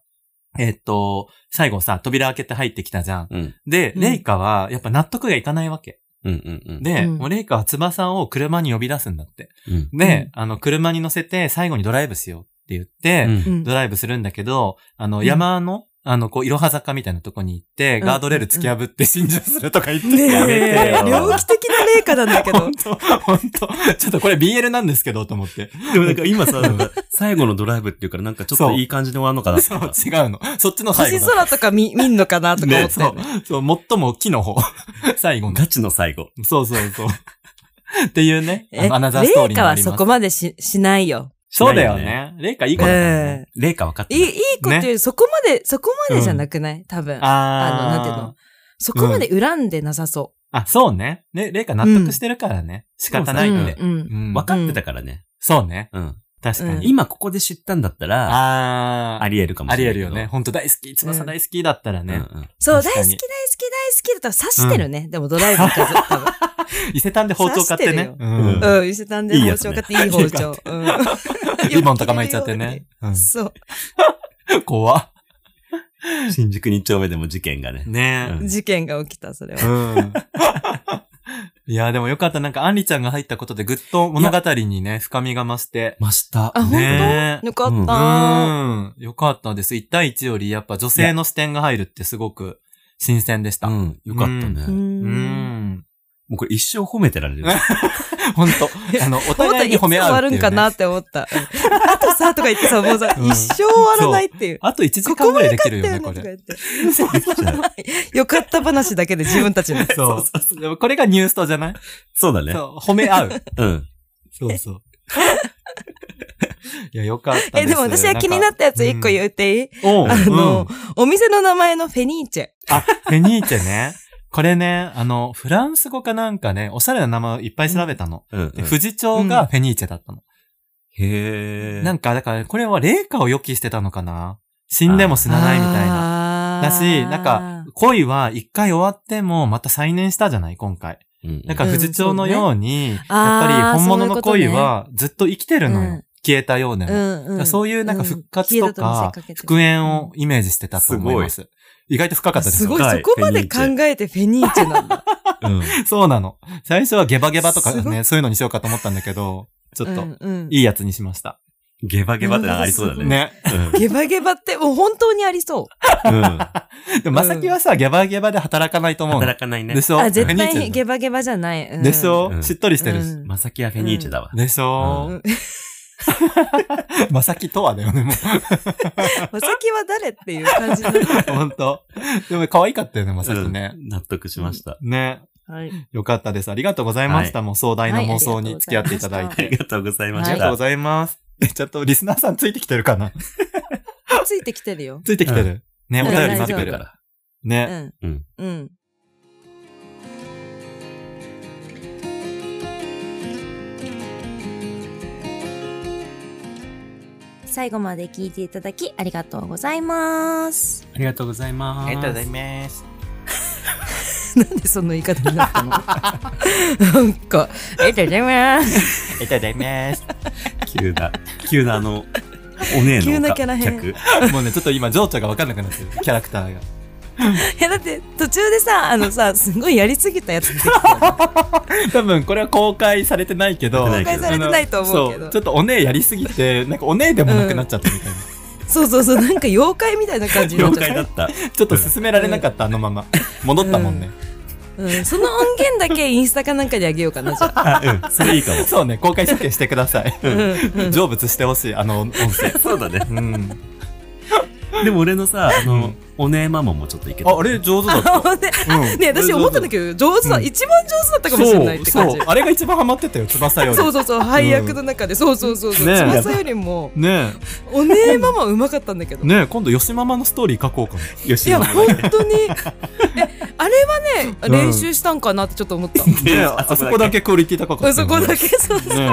Speaker 4: えっと、最後さ、扉開けて入ってきたじゃん。
Speaker 1: うん
Speaker 4: で、
Speaker 2: うん
Speaker 4: レイカは、やっぱ納得がいかないわけ。
Speaker 1: うんうんうん。
Speaker 4: で、
Speaker 2: うん
Speaker 4: もうレイカは翼を車に呼び出すんだって。
Speaker 1: うん、
Speaker 4: で、あの、車に乗せて、最後にドライブしようって言って、
Speaker 1: うん
Speaker 2: うん
Speaker 4: ドライブするんだけど、あの、山の、あの、こう、いろは坂みたいなとこに行って、
Speaker 2: うん
Speaker 4: ガードレール突き破って心中するとか言って。
Speaker 2: ね
Speaker 1: やめ
Speaker 2: え、
Speaker 1: てよ
Speaker 2: 猟奇的な霊下なんだけど
Speaker 4: 本。当本当ちょっとこれ BL なんですけど、と思って。
Speaker 1: でもなんか今さ、なんか最後のドライブっていうからなんかちょっといい感じで終わるのかなと
Speaker 4: そう、
Speaker 1: 思った
Speaker 4: 違うの。そっちの最
Speaker 2: 星
Speaker 4: 後だ。
Speaker 2: 空とか見、見んのかなとか思
Speaker 4: ね、
Speaker 2: った
Speaker 4: そ
Speaker 2: よ
Speaker 4: う
Speaker 2: ね。、
Speaker 4: そう、最も木の 方。最後の。
Speaker 1: ガチの最後。
Speaker 4: そうそうそう。っていうね、あ
Speaker 2: え
Speaker 4: のアナザーストー
Speaker 2: 霊
Speaker 4: リーに
Speaker 2: 下
Speaker 4: な
Speaker 2: は
Speaker 4: り
Speaker 2: そ
Speaker 4: ます
Speaker 2: こ。までし、しないよ。
Speaker 4: そうだよ
Speaker 1: しない
Speaker 4: ね。レイカいい子だから
Speaker 2: え
Speaker 4: ね。
Speaker 2: え。
Speaker 1: レイカ分かった。
Speaker 2: いい、いい子っていうより、そこまで、そこまでじゃなくない多分。あの、
Speaker 4: あー
Speaker 2: なんていうのそこまで恨んでなさそ
Speaker 4: あ、そうね。ね、レイカ納得してるからね。仕方
Speaker 2: う。
Speaker 4: ない
Speaker 2: うんん
Speaker 4: で。
Speaker 2: うん。
Speaker 4: うん
Speaker 1: 分かってたからね。
Speaker 4: そうね。
Speaker 1: うん。
Speaker 4: 確か
Speaker 2: うん
Speaker 4: に。
Speaker 1: 今ここで知ったんだったら、
Speaker 4: あー
Speaker 1: あり得るかも
Speaker 4: あ
Speaker 1: し
Speaker 4: り
Speaker 1: れな
Speaker 4: え
Speaker 1: い
Speaker 4: る
Speaker 1: けど。
Speaker 4: よね。ほんと大好き、翼大好きだったらね。
Speaker 1: うんうん
Speaker 2: そう、大好き
Speaker 4: 確か
Speaker 2: 大好
Speaker 4: に
Speaker 2: き大好きだと刺してるね。でもドライブ行かず、 多分。
Speaker 4: 伊勢丹で包丁買ってね
Speaker 2: 刺し。て
Speaker 4: う
Speaker 1: よ
Speaker 4: ん
Speaker 2: うん、伊勢丹で
Speaker 1: いい
Speaker 2: 包
Speaker 1: やつ
Speaker 2: 丁
Speaker 1: ね
Speaker 2: 買っていい包丁。うん
Speaker 4: リボンとか巻いちゃって ね。。う
Speaker 2: そ
Speaker 4: ん怖
Speaker 1: 新宿2丁目でも事件がね。
Speaker 4: ね
Speaker 1: う
Speaker 2: う。
Speaker 1: ん
Speaker 2: 事件が起きた、それ
Speaker 4: え。
Speaker 2: は。
Speaker 4: うん。 いや、でもよかった。なんか、アンリちゃんが入ったことでぐっと物語にね、深みが増して。
Speaker 1: ました。
Speaker 2: あ、本
Speaker 4: ね
Speaker 2: 当よかっ
Speaker 4: う
Speaker 2: た。
Speaker 4: ん。よかったです。1対1より、やっぱ女性の視点が入るってすごく新鮮でした。
Speaker 1: う。
Speaker 4: うん
Speaker 1: よかったね。
Speaker 2: う
Speaker 1: も
Speaker 2: ん。
Speaker 4: ん。
Speaker 1: うこれ一生褒めてられる。
Speaker 4: ほんと。 あの、お
Speaker 2: 思った
Speaker 4: 互いに褒め
Speaker 2: いつ終
Speaker 4: 合う
Speaker 2: わ
Speaker 4: ってい
Speaker 2: る
Speaker 4: うね。
Speaker 2: んかなって思った。うんあとさ、とか言ってさ、もうさ、
Speaker 4: うん
Speaker 2: 一生終わらないっていう。
Speaker 4: あと1時
Speaker 2: こ
Speaker 4: 間
Speaker 2: こ
Speaker 4: ぐ
Speaker 2: ま
Speaker 4: らい
Speaker 2: で
Speaker 4: できる
Speaker 2: 勝った
Speaker 4: よ
Speaker 2: よね、
Speaker 4: ね、こと
Speaker 2: か
Speaker 4: れ。
Speaker 2: 言って。よかった話だけで自分たちの。
Speaker 4: そう。でもこれがニューストじゃない
Speaker 1: そうだね。
Speaker 4: そう、褒め合う。
Speaker 1: うん。
Speaker 4: そうそう。いや、よかったです。
Speaker 2: え、でも私は気になったやつ一個
Speaker 4: う。
Speaker 2: 言っていい
Speaker 4: おう
Speaker 2: あの
Speaker 4: うん
Speaker 2: お店の名前のフェニーチェ。
Speaker 4: あ、フェニーチェね。これね、あの、フランス語かなんかね、おしゃれな名前をいっぱい調べたの。
Speaker 1: うんうん
Speaker 4: で、富士町がフェニーチェだったの。
Speaker 1: へー。
Speaker 4: なんか、だから、これは霊化を予期してたのかな死んでも死なないみたい
Speaker 2: な
Speaker 4: な。だし、なんか、恋は一回終わってもまた再燃したじゃない今回。
Speaker 1: うん
Speaker 4: なんか、富士町のように、やっぱ
Speaker 2: あー
Speaker 4: り本物の
Speaker 2: そうい
Speaker 4: 恋
Speaker 2: うことね
Speaker 4: はずっと生きてるのよ。
Speaker 2: うん
Speaker 4: 消えたようでも。
Speaker 2: うん
Speaker 4: だ
Speaker 2: う
Speaker 4: から
Speaker 2: ん、
Speaker 4: そういうなんか復活とか、復
Speaker 2: 縁
Speaker 4: 縁をイメージしてたと思います。意外と深かったです
Speaker 2: す
Speaker 4: よ。
Speaker 2: ごい、そこまで考えてフェニーチェなん だ。
Speaker 1: うん。
Speaker 4: そうなの。最初はゲバゲバとか
Speaker 2: すご
Speaker 4: ね、そういうのにしようかと思ったんだけど、ちょっと、
Speaker 2: うん
Speaker 4: いいやつにしました。
Speaker 1: ゲバゲバってのありそうだね。
Speaker 4: ね。
Speaker 1: うん。
Speaker 2: ゲバゲバって、もう本当にありそう。
Speaker 1: うん
Speaker 4: でも、まさきはさ、ゲバゲバで働かないと思うの。
Speaker 1: 働かないね
Speaker 4: で。しょ
Speaker 2: あ、絶
Speaker 4: フェニーチェ
Speaker 2: 対ゲバゲバじゃない。うん
Speaker 4: でしょ、
Speaker 1: うん
Speaker 4: しっとりしてるし。
Speaker 2: うん
Speaker 1: まさきはフェニーチェだわ。
Speaker 4: でし
Speaker 2: う
Speaker 4: ょ
Speaker 2: ん
Speaker 4: まさきとはだよね、
Speaker 2: お
Speaker 4: も
Speaker 2: 先は誰っていう感 じなの。
Speaker 4: う。ほんと。でも、可愛かったよね、まさきね。
Speaker 1: うん納得しました。
Speaker 4: ね。
Speaker 2: はい。
Speaker 4: よかったです。ありがとうございました。もう壮大な妄想に付き合っていただい
Speaker 2: は
Speaker 4: て。
Speaker 2: い
Speaker 1: ありがとうございま
Speaker 4: あ
Speaker 1: し
Speaker 4: りがとう
Speaker 1: た
Speaker 4: ご。ざいます。え、ちょっとリスナーさんついてきてるかな
Speaker 2: ついてきてるよ。
Speaker 4: ついてきてる。ね、お
Speaker 2: うん
Speaker 4: 便り待って
Speaker 2: 大丈
Speaker 4: る
Speaker 1: か
Speaker 4: か。
Speaker 1: らら。
Speaker 2: う
Speaker 4: ね。
Speaker 2: ん。
Speaker 1: うん。
Speaker 2: うん。最後まで聞いていただきありがとうございます。
Speaker 6: ありがとうございます。
Speaker 4: ま す。
Speaker 2: なんでその言い方になったの なんか、ありがとうござい ます。
Speaker 4: ありがとうございます。
Speaker 1: 急な、急なあの、お姉の
Speaker 2: 急なキャラ変
Speaker 1: 客。
Speaker 4: もうね、ちょっと今、情緒がわかんなくなってる。キャラクターが。
Speaker 2: いやだって途中でさあのさすごいやりすぎたやつ出てきたよ
Speaker 4: 多分これは公開されてないけど
Speaker 1: 公
Speaker 2: 開されてないと思うけど
Speaker 4: あのそちょっとお姉やりすぎてなんかお姉でもなくなっちゃったみたいな、
Speaker 2: そうそうそうなんか妖怪みたいな感じになっ
Speaker 1: 妖
Speaker 2: ちゃっ
Speaker 1: 怪だった。
Speaker 4: ちょっと進められなかった、あのまま戻ったもんね、
Speaker 2: た、うん、その音源だけインスタかなんかにあげようかなじゃあ、
Speaker 1: あうん、それいいかも。
Speaker 4: そうね公開処刑してください
Speaker 2: うん
Speaker 4: 成仏してほしいあの音声
Speaker 1: そうだね。
Speaker 4: うん
Speaker 1: でも俺のさ、あ
Speaker 4: う
Speaker 1: の
Speaker 4: ん、
Speaker 1: おねえママもちょっといけた。
Speaker 4: ああれ上手だった
Speaker 2: あほんであね私思ったんだけど上手だ、
Speaker 4: うん
Speaker 2: 一番上手だったかもしれないって感じ
Speaker 4: そうそうあれが一番ハマってたよ翼より
Speaker 2: そうそうそう配役の中で、そうそうそうそう、
Speaker 4: ねえ
Speaker 2: 翼よりも
Speaker 4: ね
Speaker 2: お姉ママうまかったんだけど、
Speaker 4: えねえ今度吉ママのストーリー書こうかな
Speaker 2: い
Speaker 1: 吉
Speaker 2: や
Speaker 1: 野ママ
Speaker 2: 本当にえあれはね、
Speaker 4: うん
Speaker 2: 練習したんかなってちょっと思った
Speaker 4: ねえあそこだけクオリティ高かったよね
Speaker 2: そこだけそうそう
Speaker 4: ね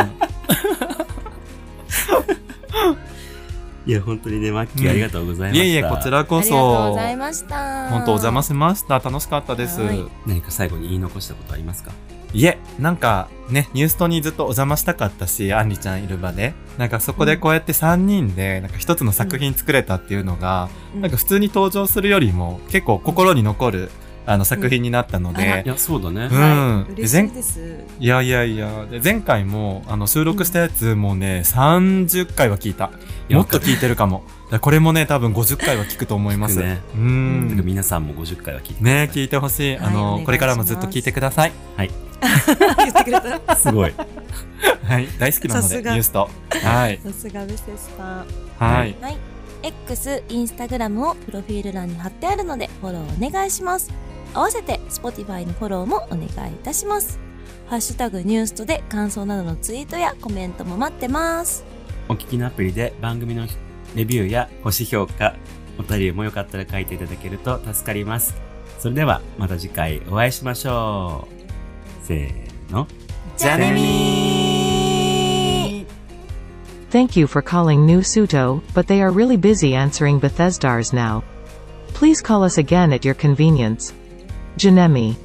Speaker 1: いや、本当にね、マッキーありがとうございま
Speaker 4: えい
Speaker 1: した。
Speaker 4: えいえこちら
Speaker 2: あ
Speaker 4: こ
Speaker 2: りがとう
Speaker 4: そ
Speaker 2: ございました
Speaker 4: 本当お邪魔
Speaker 2: し
Speaker 4: しました楽しかったです
Speaker 2: はい
Speaker 1: 何か最後に言い残したことありますか
Speaker 4: いえ、なんかね、ニューストにずっとお邪魔したかったし、アンリちゃんいる場で、なんかそこでこうやって3人で、なんか一つの作品作れたっていうのが、
Speaker 2: うん
Speaker 4: なんか普通に登場するよりも、結構心に残る、あの作品になったの
Speaker 2: うんあら
Speaker 1: い
Speaker 4: で、
Speaker 1: や、そうだね
Speaker 4: う。ん
Speaker 2: はい、嬉しいです
Speaker 4: いやいやいや、で前回も、あの、収録したやつもね、30回は聞いた。
Speaker 1: いや
Speaker 4: もっと聞いてるかも。だからこれもね、多分50回は聞くと思います。
Speaker 1: 聞くね
Speaker 4: う
Speaker 1: だから
Speaker 4: ん。
Speaker 1: 皆さんも50回は聞いてくださ
Speaker 4: ね聞いてほしい。
Speaker 2: はいお
Speaker 4: あ
Speaker 2: 願いしま
Speaker 4: の、
Speaker 2: す
Speaker 4: これからもずっと聞いてください。
Speaker 2: 言ってくれた
Speaker 1: い。すごい。
Speaker 4: はい。 大好きなの
Speaker 2: さ
Speaker 4: で、
Speaker 2: す
Speaker 4: ニ
Speaker 2: が
Speaker 4: ュースト。はい。
Speaker 2: さすがベスでした
Speaker 4: はい。
Speaker 7: X、インスタグラムをプロフィール欄に貼ってあるのでフォローお願いします。合わせて Spotify のフォローもお願いいたします。ハッシュタグニュースとで感想などのツイートやコメントも待ってます。
Speaker 1: お聞きのアプリで番組のレビューや星評価、お便りもよかったら書いていただけると助かります。それでは、また次回お会いしましょう。せーの。
Speaker 7: じゃあねみー
Speaker 3: Thank you for calling New Suto, but they are really busy answering Bethesdars now. Please call us again at your convenience. Janemi.